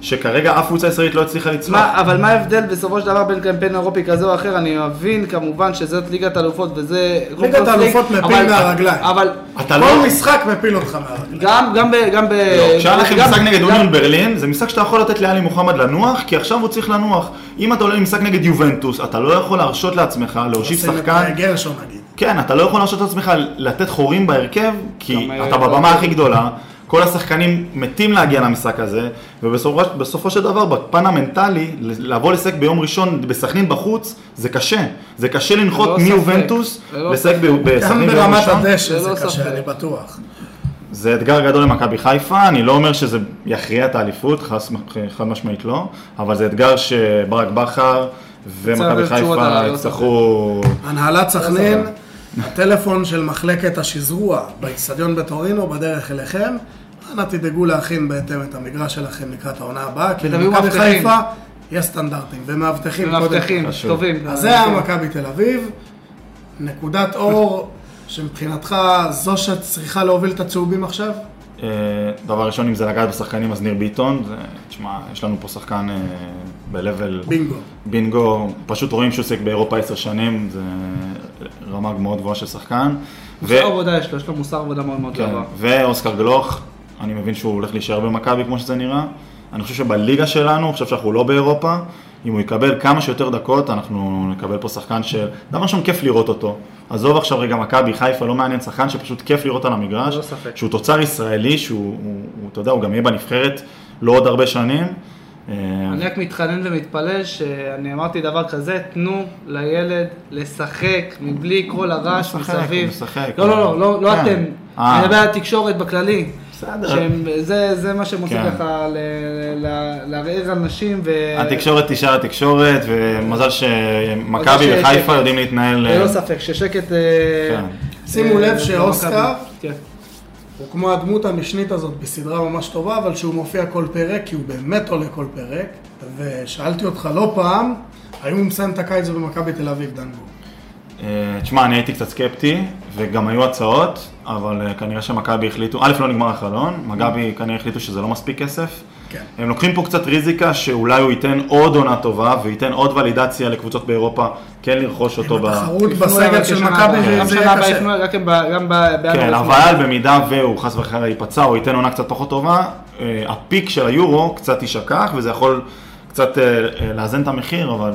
[SPEAKER 3] שכרגע אף קבוצה ישראלית לא הצליחה לצלוח.
[SPEAKER 2] מה, אבל מה ההבדל בסופו של דבר בין קמפיין אירופי כזה או אחר? אני מבין כמובן שזאת ליגת אלופות וזה...
[SPEAKER 1] ליגת האלופות
[SPEAKER 2] אבל-
[SPEAKER 1] מפיל מהרגליים.
[SPEAKER 2] אבל
[SPEAKER 3] אתה לא...
[SPEAKER 1] כל משחק מפיל אותך מהרגליים.
[SPEAKER 2] גם, גם ב... גם ב...
[SPEAKER 3] לא, כשהיה לכם
[SPEAKER 2] אה, גם-
[SPEAKER 3] משחק נגד
[SPEAKER 2] גם-
[SPEAKER 3] אוניון ברלין, זה משחק שאתה יכול לתת לאלי מוחמד לנוח, כי עכשיו הוא צריך לנוח. אם אתה עולה למשחק נגד יובנטוס, אתה לא יכול להרשות לעצמך להושיב
[SPEAKER 1] עושים את
[SPEAKER 3] שחקן
[SPEAKER 1] גרשון נגיד.
[SPEAKER 3] כן, אתה לא יכול להרשות לעצמך לתת חורים בהרכב, כי
[SPEAKER 2] גם,
[SPEAKER 3] אתה
[SPEAKER 2] אה,
[SPEAKER 3] בבמה הכי גדולה, כל השחקנים מתים להגיע למשחק הזה, ובסופו בסופו של דבר, בפן המנטלי, ל- לבוא לשחק ביום ראשון בסכנין בחוץ, זה קשה. זה קשה
[SPEAKER 2] ללא
[SPEAKER 3] לנחות
[SPEAKER 2] ספק,
[SPEAKER 3] מיובנטוס,
[SPEAKER 2] ללא
[SPEAKER 3] לשחק ב-
[SPEAKER 1] גם
[SPEAKER 3] בסכנין ביום
[SPEAKER 1] ברמת
[SPEAKER 3] ראשון.
[SPEAKER 1] הדשא
[SPEAKER 2] ללא
[SPEAKER 1] זה
[SPEAKER 2] ספק.
[SPEAKER 1] קשה, אני בטוח.
[SPEAKER 3] זה אתגר גדול למכבי חיפה, אני לא אומר שזה יכריע את האליפות, חס- חד משמעית לא, אבל זה אתגר שברק בכר ומכבי
[SPEAKER 2] צריך תשובות
[SPEAKER 3] חיפה
[SPEAKER 2] עליו, לא
[SPEAKER 3] יצטרכו...
[SPEAKER 1] הנהלת סכנין, הטלפון של מחלקת השזרוע באיצטדיון בטורינו בדרך אליכם. אנא תדאגו להכין בהתאם את המגרש שלכם לקראת העונה הבאה, כי
[SPEAKER 2] ותביאו
[SPEAKER 1] למכבי
[SPEAKER 2] מאבטחים.
[SPEAKER 1] חיפה יש סטנדרטים ומאבטחים. קודם
[SPEAKER 2] מאבטחים,
[SPEAKER 1] כל.
[SPEAKER 3] חשוב.
[SPEAKER 2] טובים.
[SPEAKER 1] אז זה היה מכבי תל אביב, נקודת אור שמבחינתך זו שצריכה להוביל את הצהובים עכשיו?
[SPEAKER 3] אה, דבר ראשון, אם זה לגעת בשחקנים, אז ניר ביטון, זה, תשמע, יש לנו פה שחקן אה, ב-level
[SPEAKER 1] בינגו.
[SPEAKER 3] בינגו, פשוט רואים שהוא עוסק באירופה עשר שנים, זה רמה מאוד גבוהה של שחקן. ו-
[SPEAKER 2] מוסר לא, עבודה יש לו, יש לו מוסר עבודה מאוד מאוד
[SPEAKER 3] כן,
[SPEAKER 2] גבוה.
[SPEAKER 3] ואוסקר גלוך, אני מבין שהוא הולך להישאר במכבי כמו שזה נראה. אני חושב שבליגה שלנו, אני חושב שאנחנו לא באירופה, אם הוא יקבל כמה שיותר דקות, אנחנו נקבל פה שחקן של... דבר ראשון, כיף לראות אותו. עזוב עכשיו רגע מכבי, חיפה, לא מעניין, שחקן שפשוט כיף לראות על המגרש.
[SPEAKER 2] לא ספק.
[SPEAKER 3] שהוא תוצר ישראלי, שהוא, הוא- הוא, אתה יודע, הוא גם יהיה בנבחרת לא עוד הרבה שנים. אה,
[SPEAKER 2] אני רק מתחנן ומתפלל שאני אמרתי דבר כזה, תנו לילד לשחק מבלי כל הרעש
[SPEAKER 3] הוא משחק,
[SPEAKER 2] מסביב.
[SPEAKER 3] הוא משחק.
[SPEAKER 2] לא, לא, לא, לא, לא
[SPEAKER 3] כן.
[SPEAKER 2] אתם.
[SPEAKER 3] אה.
[SPEAKER 2] אני מדבר על התקשורת בכללי.
[SPEAKER 3] בסדר.
[SPEAKER 2] שהם, זה, זה מה שהם עושים
[SPEAKER 3] כן.
[SPEAKER 2] ככה, ל- ל- לערער על נשים ו...
[SPEAKER 3] התקשורת תישאר התקשורת, ומזל
[SPEAKER 2] אה, מזל
[SPEAKER 3] שמכבי
[SPEAKER 2] שיש- לא
[SPEAKER 3] וחיפה יודעים להתנהל... אה,
[SPEAKER 2] ללא ספק, ששקט... אה,
[SPEAKER 3] כן.
[SPEAKER 1] שימו
[SPEAKER 2] אה,
[SPEAKER 1] לב
[SPEAKER 2] זה
[SPEAKER 1] שאוסקר
[SPEAKER 2] מכבי. כן.
[SPEAKER 1] הוא כמו הדמות המשנית הזאת בסדרה ממש טובה, אבל שהוא מופיע כל פרק, כי הוא באמת עולה כל פרק. ושאלתי אותך לא פעם, האם הוא מסיים את הקיץ במכבי תל אביב, דנגו?
[SPEAKER 3] אה, תשמע, אני הייתי קצת סקפטי, וגם היו הצעות, אבל אה, כנראה שמכבי החליטו, א', לא נגמר החלון, מכבי
[SPEAKER 1] Mm.
[SPEAKER 3] כנראה החליטו שזה לא מספיק כסף.
[SPEAKER 1] כן.
[SPEAKER 3] הם לוקחים פה קצת ריזיקה שאולי הוא ייתן עוד עונה טובה וייתן עוד ולידציה לקבוצות באירופה כן לרכוש אותו.
[SPEAKER 1] עם
[SPEAKER 3] ב-
[SPEAKER 1] התחרות
[SPEAKER 2] יפנו
[SPEAKER 1] בסגל
[SPEAKER 2] אליו
[SPEAKER 1] של
[SPEAKER 2] כשנה
[SPEAKER 1] מכבי
[SPEAKER 2] הבאה.
[SPEAKER 1] זה-
[SPEAKER 2] כן. גם
[SPEAKER 1] זה
[SPEAKER 2] שנה
[SPEAKER 1] יהיה
[SPEAKER 2] הבאה
[SPEAKER 1] קשה.
[SPEAKER 2] יפנו, גם ב- גם ב- בינואר
[SPEAKER 3] כן,
[SPEAKER 2] יפנו.
[SPEAKER 3] אבל במידה והוא חס וחלילה ייפצע או ייתן עונה קצת פחות טובה, אה, הפיק של היורו קצת יישכח וזה יכול קצת אה, אה, לאזן את המחיר, אבל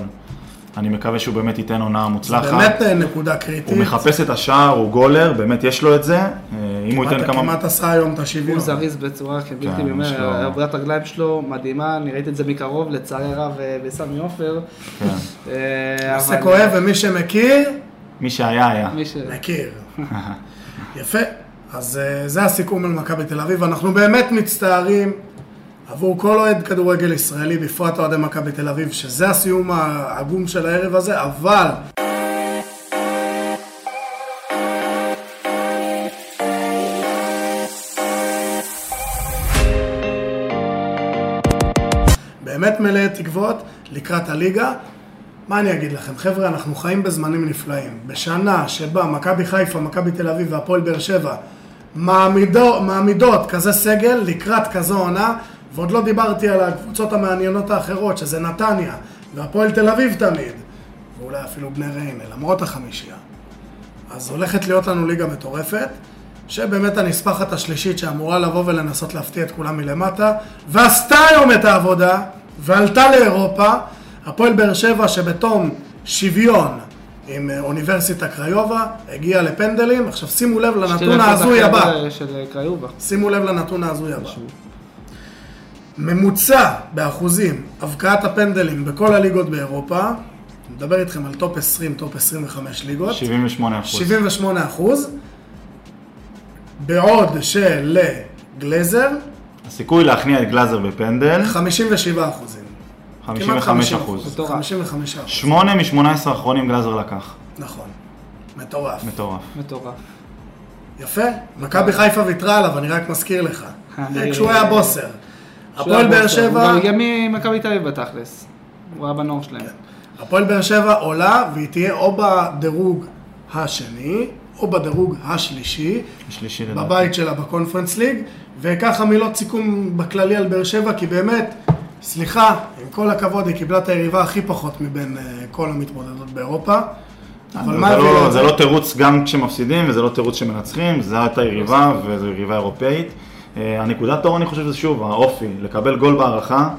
[SPEAKER 3] אני מקווה שהוא באמת ייתן עונה מוצלחת.
[SPEAKER 1] באמת אה, נקודה קריטית.
[SPEAKER 3] הוא מחפש את השער, הוא גולר, באמת יש לו את זה. אה, אם הוא ייתן
[SPEAKER 1] כמעט-
[SPEAKER 3] כמה...
[SPEAKER 1] כמעט עשה היום את השוויון.
[SPEAKER 2] הוא זריז בצורה בלתי
[SPEAKER 3] כן, יש
[SPEAKER 2] ממנה,
[SPEAKER 3] לו-
[SPEAKER 2] עבודת הרגליים שלו מדהימה, אני ראיתי את זה מקרוב, לצערי הרב, אה, בסמי עופר.
[SPEAKER 3] כן.
[SPEAKER 2] אה,
[SPEAKER 1] נושא
[SPEAKER 2] אבל-
[SPEAKER 1] כואב, ומי שמכיר,
[SPEAKER 3] מי שהיה היה.
[SPEAKER 2] מי ש-
[SPEAKER 1] מכיר. יפה. אז אה, זה הסיכום על מכבי תל אביב. אנחנו באמת מצטערים עבור כל אוהד כדורגל ישראלי, בפרט אוהדי מכבי תל אביב, שזה הסיום העגום של הערב הזה, אבל באמת מלאי תקוות לקראת הליגה. מה אני אגיד לכם? חבר'ה, אנחנו חיים בזמנים נפלאים. בשנה שבה מכבי חיפה, מכבי תל אביב והפועל באר שבע מעמידו, מעמידות כזה סגל לקראת כזו עונה, ועוד לא דיברתי על הקבוצות המעניינות האחרות, שזה נתניה והפועל תל אביב תמיד, ואולי אפילו בני ריינה, למרות החמישייה. אז הולכת להיות לנו ליגה מטורפת, שבאמת הנספחת השלישית שאמורה לבוא ולנסות להפתיע את כולם מלמטה, ועשתה היום את העבודה, ועלתה לאירופה, הפועל באר שבע שבתום שוויון עם אה, אוניברסיטה קריובה, הגיעה לפנדלים, עכשיו שימו לב
[SPEAKER 2] שתי
[SPEAKER 1] לנתון
[SPEAKER 2] דקות
[SPEAKER 1] ההזוי
[SPEAKER 2] אחרי
[SPEAKER 1] הבא.
[SPEAKER 2] זה של אה, קריובה.
[SPEAKER 1] שימו לב לנתון ההזוי הבא. ממוצע באחוזים, הבקעת הפנדלים בכל הליגות באירופה, אני מדבר איתכם על טופ 20, טופ 25 ליגות,
[SPEAKER 3] 78 אחוז.
[SPEAKER 1] 78 אחוז, בעוד שלגלזר,
[SPEAKER 3] הסיכוי להכניע את גלאזר בפנדל,
[SPEAKER 1] 57 אחוזים.
[SPEAKER 3] 55 אחוז.
[SPEAKER 2] מטורף.
[SPEAKER 1] 55 אחוז,
[SPEAKER 3] 8 מ-18 האחרונים גלאזר לקח.
[SPEAKER 1] נכון. מטורף.
[SPEAKER 3] מטורף.
[SPEAKER 2] מטורף.
[SPEAKER 1] יפה, מכבי חיפה ויתרה עליו, אני רק מזכיר לך.
[SPEAKER 2] אה,
[SPEAKER 1] זה כשהוא היה בוסר.
[SPEAKER 2] שהוא היה
[SPEAKER 1] הפועל באר
[SPEAKER 2] בוסר,
[SPEAKER 1] שבע...
[SPEAKER 2] הוא גם הגיע ממכבי תל אביב בתכלס. הוא היה בנוער שלהם.
[SPEAKER 1] כן. הפועל באר שבע עולה והיא תהיה או בדירוג השני או בדירוג השלישי
[SPEAKER 4] שלישי
[SPEAKER 3] כן,
[SPEAKER 4] לדעתי.
[SPEAKER 3] אוקיי.
[SPEAKER 1] בבית שלה בקונפרנס ליג וככה מילות סיכום בכללי על באר שבע כי באמת, סליחה, עם כל הכבוד היא קיבלה את היריבה הכי פחות מבין אה, כל המתמודדות באירופה אבל מה
[SPEAKER 3] זה
[SPEAKER 1] הביאו
[SPEAKER 3] לא-
[SPEAKER 1] את
[SPEAKER 3] זה לא תירוץ גם כשמפסידים, וזה לא תירוץ כשמנצחים, זו הייתה יריבה, וזו יריבה אירופאית. אה, הנקודת טוב, אני חושב, זה שוב, האופי, לקבל גול בהערכה,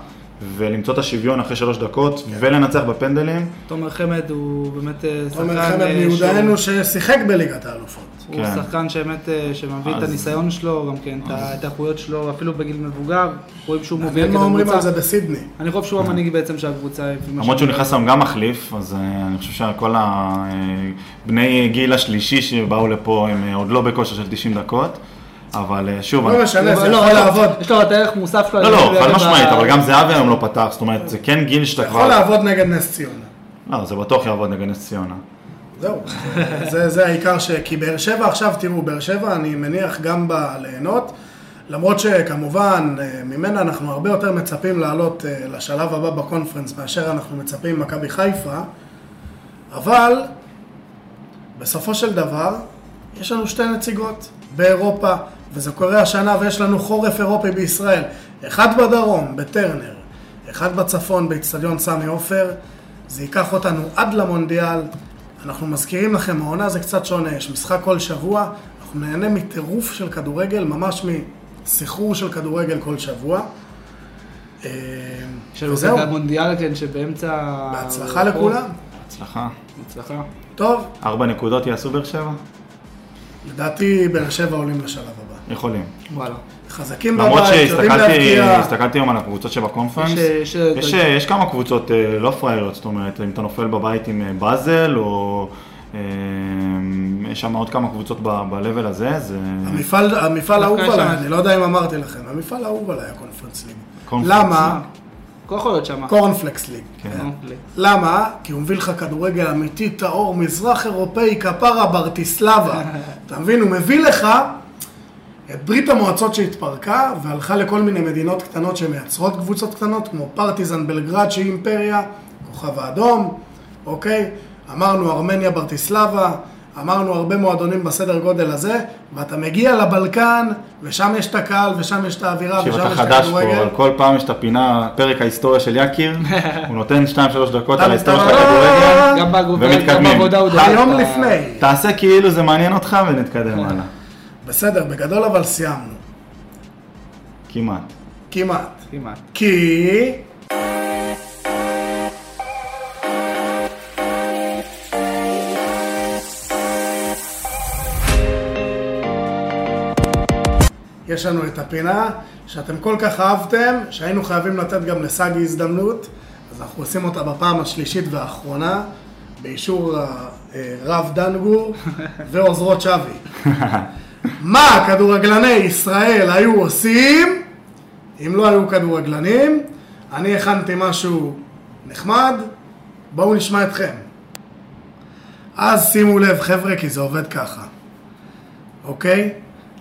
[SPEAKER 3] ולמצוא את השוויון אחרי שלוש דקות,
[SPEAKER 1] כן.
[SPEAKER 3] ולנצח בפנדלים.
[SPEAKER 2] תומר חמד הוא באמת אה, שחקן...
[SPEAKER 1] תומר חמד
[SPEAKER 2] אה,
[SPEAKER 1] מיודענו ששיחק בליגת האלופות
[SPEAKER 2] שהוא-
[SPEAKER 3] כן.
[SPEAKER 2] הוא שחקן שבאמת, אה, שמביא את
[SPEAKER 3] אז-
[SPEAKER 2] הניסיון שלו, גם כן, את ה- את האיכויות שלו, אפילו בגיל מבוגר, רואים שהוא מוביל
[SPEAKER 1] מעניין
[SPEAKER 2] את
[SPEAKER 1] מה אומרים על
[SPEAKER 2] הקבוצה.
[SPEAKER 1] זה בסידני
[SPEAKER 2] אני חושב שהוא המנהיג בעצם של הקבוצה. לפי מה
[SPEAKER 3] למרות
[SPEAKER 2] שאני
[SPEAKER 3] שהוא נכנס
[SPEAKER 2] רואה.
[SPEAKER 3] שם גם מחליף, אז אה, אני חושב שכל הבני גיל השלישי שבאו לפה הם אה, עוד לא בכושר של 90 דקות, אבל אה, שוב, אני-
[SPEAKER 1] לא משנה, זה
[SPEAKER 2] לא,
[SPEAKER 1] יכול
[SPEAKER 2] לא,
[SPEAKER 1] לעבוד
[SPEAKER 2] יש לו את הערך מוסף שלו.
[SPEAKER 3] לא, לא,
[SPEAKER 2] אני
[SPEAKER 3] חד
[SPEAKER 2] חושב,
[SPEAKER 3] משמעית,
[SPEAKER 2] ב-
[SPEAKER 3] אבל גם זהבי היום לא פתח, זאת אומרת, זה כן גיל שאתה
[SPEAKER 1] יכול
[SPEAKER 3] כבר...
[SPEAKER 1] לעבוד נגד נס ציונה
[SPEAKER 3] לא, זה בטוח יעבוד נגד נס ציונה.
[SPEAKER 1] זהו, זה- זה, זה העיקר ש... כי באר שבע עכשיו, תראו, באר שבע אני מניח גם בא ליהנות, למרות שכמובן אה, ממנה אנחנו הרבה יותר מצפים לעלות אה, לשלב הבא בקונפרנס מאשר אנחנו מצפים ממכבי חיפה, אבל בסופו של דבר יש לנו שתי נציגות באירופה, וזה קורה השנה ויש לנו חורף אירופי בישראל, אחד בדרום, בטרנר, אחד בצפון, באיצטדיון סמי עופר, זה ייקח אותנו עד למונדיאל. אנחנו מזכירים לכם, העונה זה קצת שונה, יש משחק כל שבוע, אנחנו נהנה מטירוף של כדורגל, ממש מסחרור של כדורגל כל שבוע. אה,
[SPEAKER 2] יש לנו
[SPEAKER 1] וזהו,
[SPEAKER 2] את המונדיאל, כן, שבאמצע...
[SPEAKER 1] בהצלחה לכולם.
[SPEAKER 3] הצלחה.
[SPEAKER 2] בהצלחה.
[SPEAKER 1] טוב,
[SPEAKER 3] ארבע נקודות יעשו באר שבע?
[SPEAKER 1] לדעתי באר שבע עולים לשלב הבא.
[SPEAKER 3] יכולים.
[SPEAKER 2] וואלה.
[SPEAKER 1] חזקים
[SPEAKER 3] למרות
[SPEAKER 1] בבית, לא, יודעים
[SPEAKER 3] שהסתכלתי
[SPEAKER 1] להבקיע.
[SPEAKER 3] הסתכלתי היום על הקבוצות שבקונפרנס,
[SPEAKER 2] יש, אה, יש, אה,
[SPEAKER 3] יש,
[SPEAKER 2] אתה-
[SPEAKER 3] אה, יש כמה קבוצות אה, לא פראיירות, זאת אומרת, אם אתה נופל בבית עם אה, באזל, או אה, יש שם עוד כמה קבוצות ב- ב-level הזה, זה...
[SPEAKER 1] המפעל, המפעל האהוב
[SPEAKER 2] דווקא יש
[SPEAKER 1] עליי,
[SPEAKER 2] שם-
[SPEAKER 1] אני לא יודע אם אמרתי לכם, המפעל האהוב עליי הקונפרנס ליג.
[SPEAKER 3] קונפרנס.
[SPEAKER 1] למה?
[SPEAKER 2] הכל יכול להיות שמה.
[SPEAKER 1] קורנפלקס ליג.
[SPEAKER 3] כן.
[SPEAKER 2] קורנפלקס.
[SPEAKER 1] למה? כי הוא מביא לך כדורגל אמיתי, טהור, מזרח אירופאי, כפרה,
[SPEAKER 3] [laughs]
[SPEAKER 1] ברטיסלבה. אתה מבין? הוא מביא לך את ברית המועצות שהתפרקה והלכה לכל מיני מדינות קטנות שמייצרות קבוצות קטנות, כמו פרטיזן בלגרד שהיא אימפריה, כוכב האדום, אוקיי? אמרנו ארמניה, ברטיסלבה, אמרנו הרבה מועדונים בסדר גודל הזה, ואתה מגיע לבלקן, ושם יש את הקהל, ושם יש את האווירה, ושם
[SPEAKER 3] תקשיב, אתה
[SPEAKER 1] יש את
[SPEAKER 3] חדש פה,
[SPEAKER 1] הכדורגל.
[SPEAKER 3] אבל כל פעם יש את הפינה, פרק ההיסטוריה של
[SPEAKER 1] [laughs]
[SPEAKER 3] יקיר, הוא נותן 2-3 דקות על ההיסטוריה של הכדורגל,
[SPEAKER 2] גם בעבודה, גם
[SPEAKER 3] ומתקדמים.
[SPEAKER 2] בעבודה הוא דואג.
[SPEAKER 1] היום
[SPEAKER 2] אתה-
[SPEAKER 1] לפני.
[SPEAKER 3] תעשה כאילו זה מעניין אותך ונתקדם
[SPEAKER 2] [laughs]
[SPEAKER 3] הלאה,
[SPEAKER 1] בסדר, בגדול אבל סיימנו.
[SPEAKER 3] כמעט.
[SPEAKER 1] כמעט.
[SPEAKER 2] כמעט.
[SPEAKER 1] כי... יש לנו את הפינה שאתם כל כך אהבתם, שהיינו חייבים לתת גם לסגי הזדמנות, אז אנחנו עושים אותה בפעם השלישית והאחרונה, באישור אה, הרב דנגור ועוזרו צ'אבי. מה כדורגלני ישראל היו עושים אם לא היו כדורגלנים? אני הכנתי משהו נחמד, בואו נשמע אתכם. אז שימו לב חבר'ה, כי זה עובד ככה, אוקיי?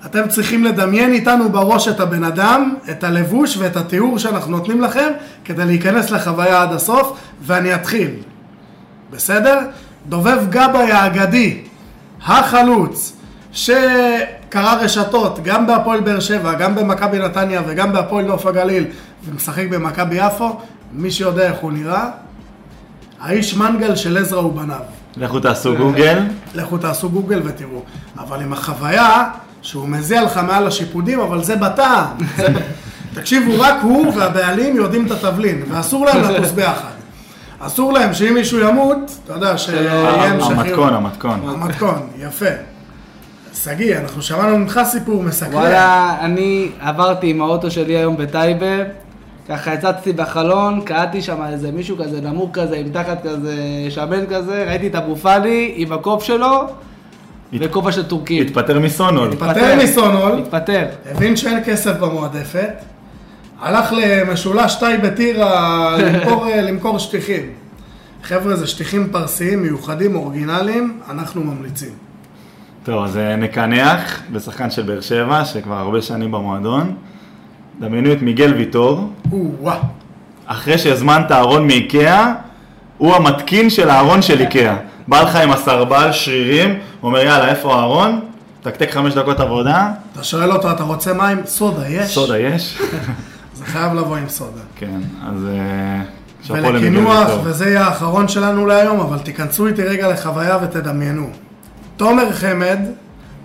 [SPEAKER 1] אתם צריכים לדמיין איתנו בראש את הבן אדם, את הלבוש ואת התיאור שאנחנו נותנים לכם כדי להיכנס לחוויה עד הסוף, ואני אתחיל. בסדר? דובב גבאי האגדי, החלוץ, שקרא רשתות גם בהפועל באר שבע, גם במכבי נתניה וגם בהפועל נוף הגליל, ומשחק במכבי יפו, מי שיודע איך הוא נראה, האיש מנגל של עזרא ובניו.
[SPEAKER 3] לכו תעשו
[SPEAKER 1] [laughs]
[SPEAKER 3] גוגל,
[SPEAKER 1] לכו תעשו גוגל ותראו. אבל עם החוויה שהוא מזיע לך מעל השיפודים, אבל זה
[SPEAKER 3] [laughs]
[SPEAKER 1] בטעם. זה ב- תקשיבו, רק הוא והבעלים יודעים את התבלין, ואסור להם לטוס ביחד. אסור להם שאם מישהו ימות, אתה יודע, שיהיה המשכיות.
[SPEAKER 3] המתכון, המתכון.
[SPEAKER 1] המתכון, יפה. שגיא, אנחנו שמענו ממך סיפור מסקרן.
[SPEAKER 2] וואלה, אני עברתי עם האוטו שלי היום בטייבה, ככה יצאתי בחלון, קראתי שם איזה מישהו כזה נמוך כזה, עם תחת כזה, שמן כזה, ראיתי את אבו פאני עם הקוף שלו,
[SPEAKER 3] הת-
[SPEAKER 2] וכובע של טורקים.
[SPEAKER 3] התפטר מסונול.
[SPEAKER 1] התפטר מסונול,
[SPEAKER 2] התפטר.
[SPEAKER 1] הבין שאין כסף במועדפת, הלך למשולש טייבה טירה [laughs] למכור, אה, למכור שטיחים. חבר'ה, זה שטיחים פרסיים מיוחדים, אורגינליים, אנחנו ממליצים.
[SPEAKER 3] טוב, אז אה, נקנח בשחקן של באר שבע, שכבר הרבה שנים במועדון, דמיינו את מיגל ויטור,
[SPEAKER 1] או-אה.
[SPEAKER 3] אחרי שהזמנת ארון מאיקאה, הוא המתקין של הארון של איקאה. בא לך עם הסרבל, שרירים, אומר יאללה, איפה הארון? תקתק חמש דקות עבודה,
[SPEAKER 1] אתה שואל אותו, אתה רוצה מים? סודה יש?
[SPEAKER 3] סודה
[SPEAKER 1] [laughs]
[SPEAKER 3] יש.
[SPEAKER 1] זה חייב לבוא עם סודה.
[SPEAKER 3] כן, אז אה, שאפו למיגל
[SPEAKER 1] ולקינוח,
[SPEAKER 3] ויטור.
[SPEAKER 1] וזה יהיה האחרון שלנו להיום, אבל תיכנסו איתי רגע לחוויה ותדמיינו. תומר חמד,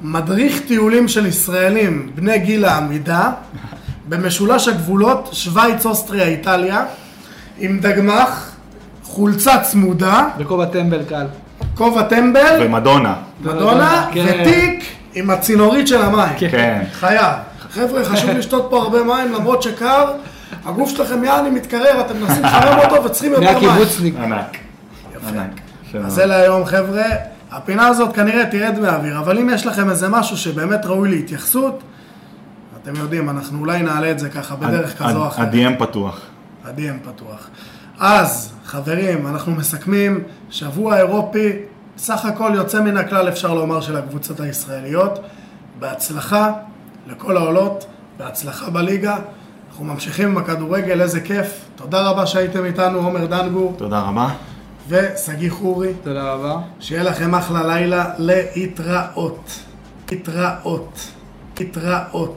[SPEAKER 1] מדריך טיולים של ישראלים בני גיל העמידה, במשולש הגבולות, שווייץ, אוסטריה, איטליה, עם דגמח, חולצה צמודה,
[SPEAKER 2] וקובה טמבל קל.
[SPEAKER 1] כובע טמבל,
[SPEAKER 3] ומדונה.
[SPEAKER 1] מדונה,
[SPEAKER 2] כן.
[SPEAKER 1] ותיק עם הצינורית של המים.
[SPEAKER 3] כן.
[SPEAKER 1] חייב. חבר'ה, חשוב לשתות פה הרבה מים למרות שקר. הגוף שלכם יעני מתקרר, אתם מנסים לחמם אותו וצריכים יותר מים.
[SPEAKER 2] מהקיבוצניק.
[SPEAKER 3] ענק. ענק.
[SPEAKER 1] אז זה להיום חבר'ה, הפינה הזאת כנראה תרד מהאוויר, אבל אם יש לכם איזה משהו שבאמת ראוי להתייחסות, אתם יודעים, אנחנו אולי נעלה את זה ככה בדרך כזו או אחרת,
[SPEAKER 3] ה-DM פתוח.
[SPEAKER 1] ה-DM פתוח. אז, חברים, אנחנו מסכמים, שבוע אירופי, סך הכל יוצא מן הכלל אפשר לומר של הקבוצות הישראליות, בהצלחה לכל העולות, בהצלחה בליגה, אנחנו ממשיכים עם הכדורגל, איזה כיף, תודה רבה שהייתם איתנו, עומר דנגור
[SPEAKER 3] תודה רבה.
[SPEAKER 1] ושגיא חורי.
[SPEAKER 2] תודה רבה.
[SPEAKER 1] שיהיה לכם אחלה לילה להתראות. להתראות. להתראות.